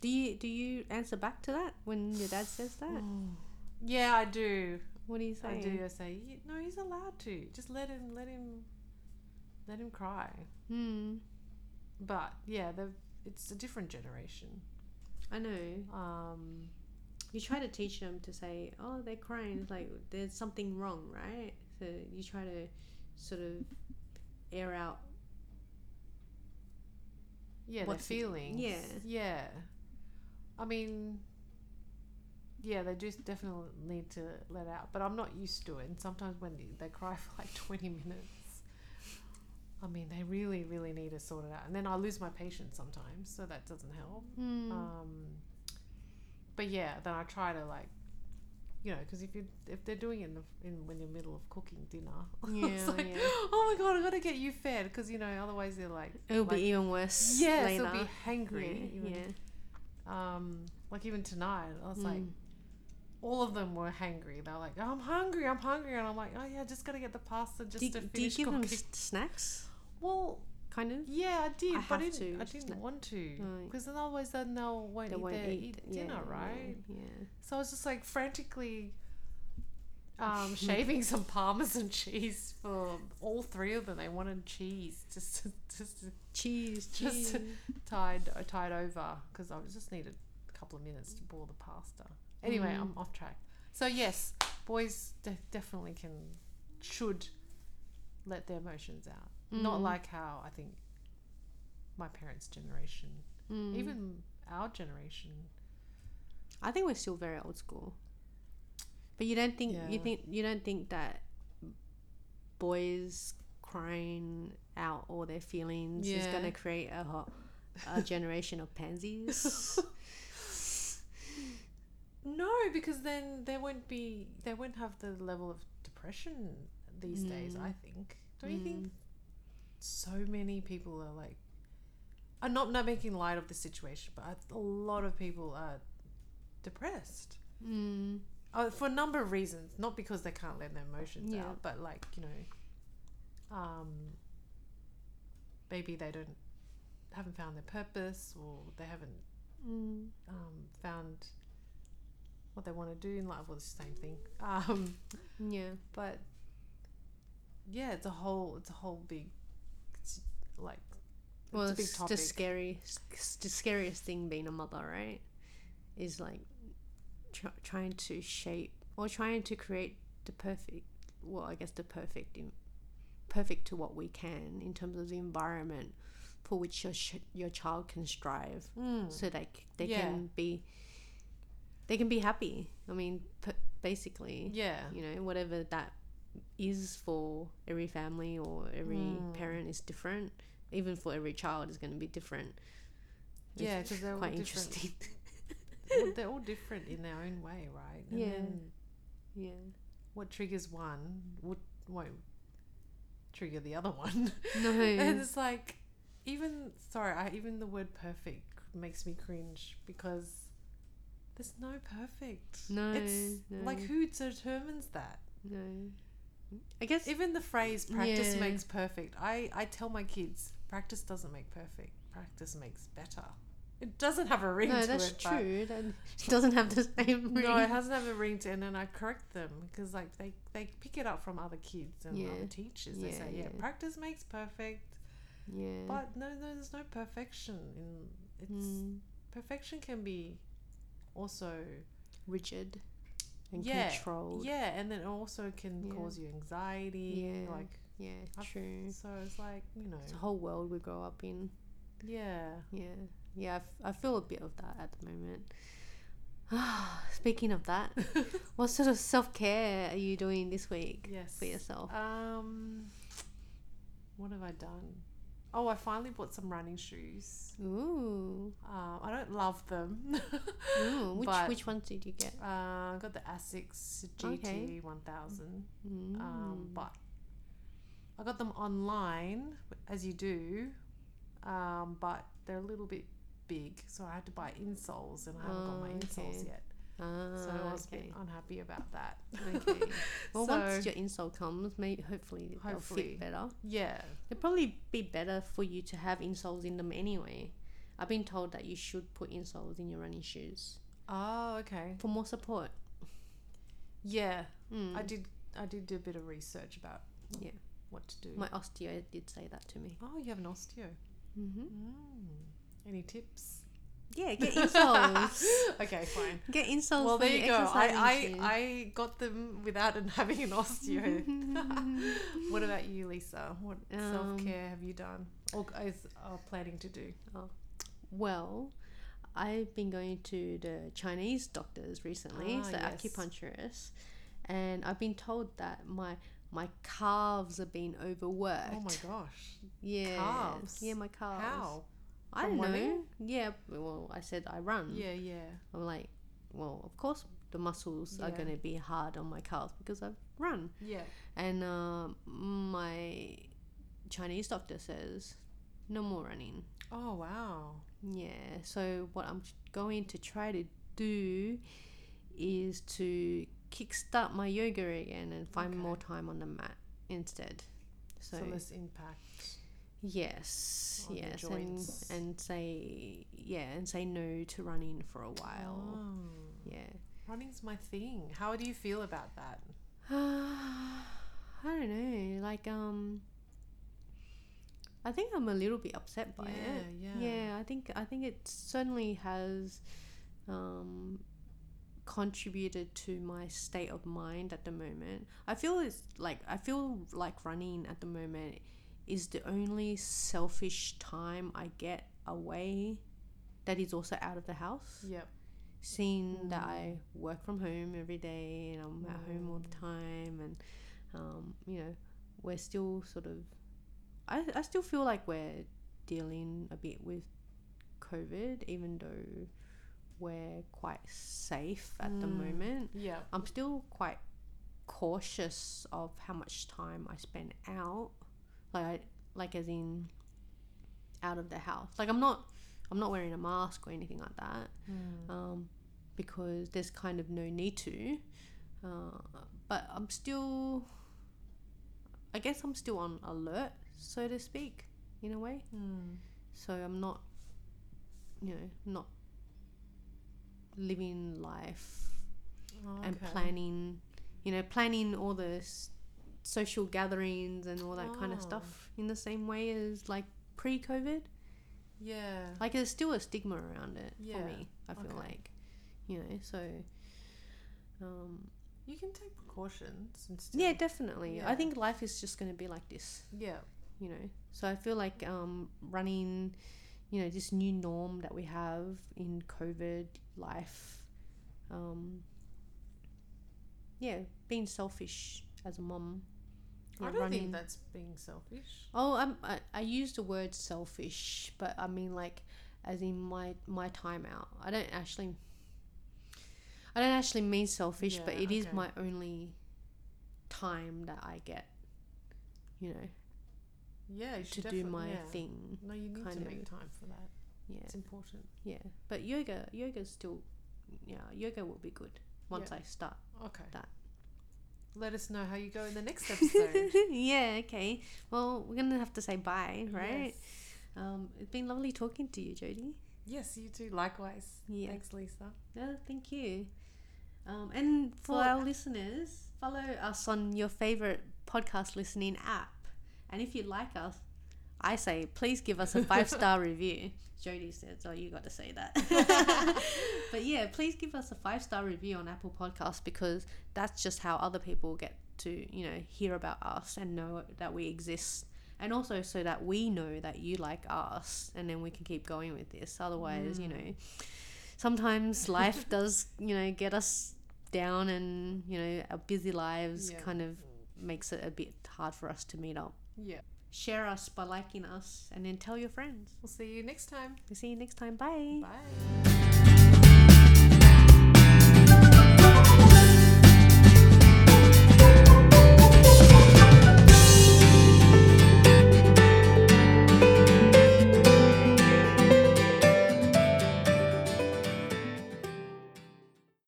A: do you do you answer back to that when your dad says that?
B: *sighs* yeah, I do.
A: What do you say?
B: Mm. I do. I say, "You- no, he's allowed to. Just let him, let him, let him cry.
A: Mm.
B: but yeah, they've, it's a different generation.
A: I know.
B: Um,
A: You try to teach them to say, "Oh, they're crying. It's like there's something wrong, right?" So you try to sort of air out.
B: yeah, their
A: What's-
B: feelings.
A: yeah.
B: yeah. I mean, yeah, they do definitely need to let out, but I'm not used to it. And sometimes when they- they cry *laughs* for like 20 minutes, I mean, they really, really need to sort it out. And then I lose my patience sometimes, so that doesn't help.
A: Mm. *laughs*
B: Um, but yeah, then I try to like, you know, because if you if they're doing it in, the, in when you're middle of cooking dinner,
A: yeah,
B: it's like,
A: yeah.
B: *laughs* oh my god, I gotta get you fed because you know otherwise they're like,
A: It'll
B: like,
A: be even *laughs* worse.
B: yes,
A: later.
B: they'll be hangry.
A: Yeah,
B: even-
A: yeah.
B: Um, like even tonight, I was like,
A: Mm.
B: all of them were hangry. They're like, "Oh, I'm hungry, I'm hungry, and I'm like, oh yeah, just gotta get the pasta just
A: do,
B: to
A: do you
B: finish
A: give
B: cooking.
A: them s- snacks?
B: well,
A: Kind of.
B: yeah, I did,
A: I
B: but I
A: have to,
B: didn't, I
A: just
B: didn't
A: like-
B: want to
A: Right.
B: because then otherwise then they'll won't,
A: They
B: eat,
A: won't
B: their,
A: eat.
B: eat dinner,
A: yeah,
B: right?
A: Yeah. yeah.
B: So I was just like frantically um, *laughs* shaving some parmesan cheese for all three of them. They wanted cheese just to, just to,
A: Cheese, *laughs*
B: Just-
A: cheese.
B: tied uh, tied over because I was- just needed a couple of minutes to boil the pasta. Anyway, I'm
A: Mm.
B: off track. So yes, boys de- definitely can should let their emotions out. Not
A: Mm.
B: like how I think my parents' generation,
A: Mm.
B: even our generation,
A: I think we're still very old school. But you don't think you
B: Yeah.
A: think you don't think that boys crying out all their feelings is
B: Yeah.
A: going to create a hot
B: *laughs*
A: a generation of pansies.
B: No, because then they won't be they won't have the level of depression these days,
A: Mm.
B: I think. Don't you think so many people are like I'm not not making light of the situation, but I- a lot of people are depressed.
A: mm.
B: Uh, for a number of reasons, not because they can't let their emotions
A: Yeah.
B: out, but like, you know, um maybe they don't haven't found their purpose or they haven't
A: Mm.
B: um, found what they want to do in life. Well, it's the same thing. Um,
A: Yeah.
B: but yeah, it's a whole it's a whole big it's like
A: Well,
B: a
A: it's,
B: big
A: the
B: topic.
A: scary, s- the scariest thing being a mother, right? Is like tr- trying to shape or trying to create the perfect. Well, I guess the perfect, in, perfect to what we can in terms of the environment for which your sh- your child can strive,
B: mm.
A: so they c- they
B: Yeah.
A: can be they can be happy. I mean, p- basically,
B: yeah
A: you know, whatever that is for every family or every
B: Mm.
A: parent is different. Even for every child is going to be different. It's
B: yeah because they're all
A: quite
B: different.
A: interesting.
B: *laughs* Well, they're all different in their own way, right? And
A: Yeah.
B: then
A: yeah,
B: *laughs* what triggers one would won't trigger the other one.
A: no,
B: and it's like even sorry I, even the word perfect makes me cringe because there's no perfect
A: No,
B: it's
A: no.
B: like who determines that
A: no. I guess
B: even the phrase practice
A: Yeah.
B: makes perfect i i tell my kids practice doesn't make perfect practice makes better it doesn't have a ring
A: no,
B: to
A: that's
B: it but-
A: true. That *laughs* doesn't have the same ring. *laughs*
B: no, it hasn't have a ring to, it, and then I correct them because like they they pick it up from other kids and
A: Yeah.
B: other teachers. They
A: Yeah,
B: say, yeah,
A: yeah.
B: practice makes perfect,
A: yeah,
B: but no, no, there's no perfection in it's
A: Mm.
B: perfection can be also
A: rigid and
B: Yeah,
A: controlled. Yeah,
B: yeah and then it also can
A: Yeah.
B: cause you anxiety
A: Yeah.
B: like I've-
A: true.
B: so it's like you know
A: It's a whole world we grow up in.
B: yeah
A: Yeah, yeah, I, f- I feel a bit of that at the moment. *sighs* Speaking of
B: *laughs*
A: that, what sort of self care are you doing this week
B: yes
A: for yourself?
B: um what have i done oh i finally bought some running shoes *gasps*
A: Ooh,
B: um i don't love
A: *laughs*
B: them
A: Ooh. which
B: But-
A: which ones did you get?
B: uh got the asics gt
A: Okay.
B: 1000
A: Mm.
B: um, but I got them online as you do, um, but they're a little bit big, so I had to buy insoles, and I haven't got my
A: Oh,
B: insoles
A: okay.
B: yet,
A: ah,
B: so I was a
A: okay.
B: bit unhappy about that. *laughs*
A: okay. Well, once
B: So-
A: your insole comes, maybe hopefully they'll
B: Hopefully.
A: fit better.
B: yeah,
A: It'd probably be better for you to have insoles in them anyway. I've been told that you should put insoles in your running shoes
B: oh okay,
A: for more support.
B: yeah,
A: Mm.
B: I did. I did do a bit of research about
A: Yeah.
B: what to do.
A: My osteo did say that to me.
B: oh, you have an osteo.
A: Mm-hmm.
B: Mm. Any tips?
A: Yeah, get *laughs*
B: *laughs*
A: insoles.
B: okay, fine.
A: get insoles.
B: well,
A: for
B: there
A: your
B: you go. I,
A: exercising
B: I, I got them without an- *laughs* having an osteo. *laughs*
A: shoes.
B: What about you, Lisa? What
A: Mm-hmm. Um,
B: self care have you done or is are planning to do?
A: *laughs* well, I've been going to the Chinese doctors recently,
B: Ah,
A: so
B: yes.
A: acupuncturists, and I've been told that my my calves are being overworked.
B: Oh my gosh!
A: yeah,
B: calves?
A: yeah, my calves.
B: How?
A: I don't
B: From
A: know.
B: running?
A: Yeah, well, I said I run.
B: Yeah, yeah,
A: I'm like, well, of course the muscles are
B: Yeah.
A: going to be hard on my calves because I've run.
B: yeah.
A: And uh, my Chinese doctor says, no more running.
B: Oh wow!
A: Yeah, so what I'm going to try to do is to kickstart my yoga again and find
B: Okay.
A: more time on the mat instead. So,
B: So, less impact.
A: yes,
B: on your
A: yes, and,
B: joints.
A: and say yeah, and say no to running for a while.
B: Oh.
A: Yeah.
B: Running's my thing. How do you feel about that?
A: *sighs* I don't know. Like, um, I think I'm a little bit upset by
B: yeah,
A: it.
B: yeah,
A: Yeah, I think I think it certainly has um, contributed to my state of mind at the moment. I feel it's like I feel like running at the moment is the only selfish time I get away that is also out of the house
B: Yep.
A: seeing that I work from home every day and I'm at home all the time and um, you know we're still sort of I, I still feel like we're dealing a bit with COVID even though we're quite safe at the
B: Mm.
A: moment
B: Yeah.
A: I'm still quite cautious of how much time I spend out, like I, like as in out of the house. Like I'm not, I'm not wearing a mask or anything like that, um, because there's kind of no need to. Uh, but I'm still, I guess I'm still on alert, so to speak, in a way.
B: Mm.
A: So I'm not, you know, not living life and
B: Okay.
A: planning, you know, planning all the s- social gatherings and all that kind of
B: Oh.
A: stuff in the same way as like pre COVID.
B: Yeah.
A: Like there's still a stigma around it
B: Yeah,
A: for me, I feel
B: okay.
A: like, you know, so. Um,
B: You can take precautions and still.
A: yeah, definitely. I
B: Yeah.
A: think life is just going to be like this,
B: Yeah.
A: you know. So I feel like um, running, you know, this new norm that we have in COVID life, um, yeah, being selfish as a mom.
B: I
A: Yeah,
B: don't
A: running-
B: think that's being selfish.
A: Oh, I'm, I I use the word selfish, but I mean like as in my my time out. I don't actually. I don't actually mean selfish, but
B: Yeah,
A: it is
B: okay.
A: my only time that I get, you know,
B: Yeah, you
A: to
B: should
A: do
B: defi-
A: my
B: yeah.
A: thing.
B: No, you need
A: kind
B: to
A: of-
B: make time for that.
A: Yeah,
B: It's important.
A: yeah. But yoga, yoga's still, yeah, yoga will be good once I start.
B: Okay.
A: That.
B: Let us know how you go in the
A: *laughs*
B: next episode.
A: yeah. Okay. Well, we're gonna have to say bye, right?
B: Yes.
A: Um, it's been lovely talking to you, Jodie.
B: Yes, you too. Likewise.
A: Yeah.
B: Thanks, Lisa.
A: Yeah, thank you. Um, and for
B: Well,
A: our listeners, follow us on your favorite podcast listening app. And if you like us, I say please give us a five star review. Jodie says, "Oh, you got to say that." *laughs* but yeah, please give us a five star review on Apple Podcasts because that's just how other people get to you know hear about us and know that we exist. And also so that we know that you like us, and then we can keep going with this. Otherwise, you know, sometimes life does you know get us down, and you know our busy lives
B: Yeah.
A: kind of makes it a bit hard for us to meet up
B: Yeah.
A: share us by liking us, and then tell your friends.
B: We'll see you next time.
A: We'll see you next time. Bye.
B: Bye.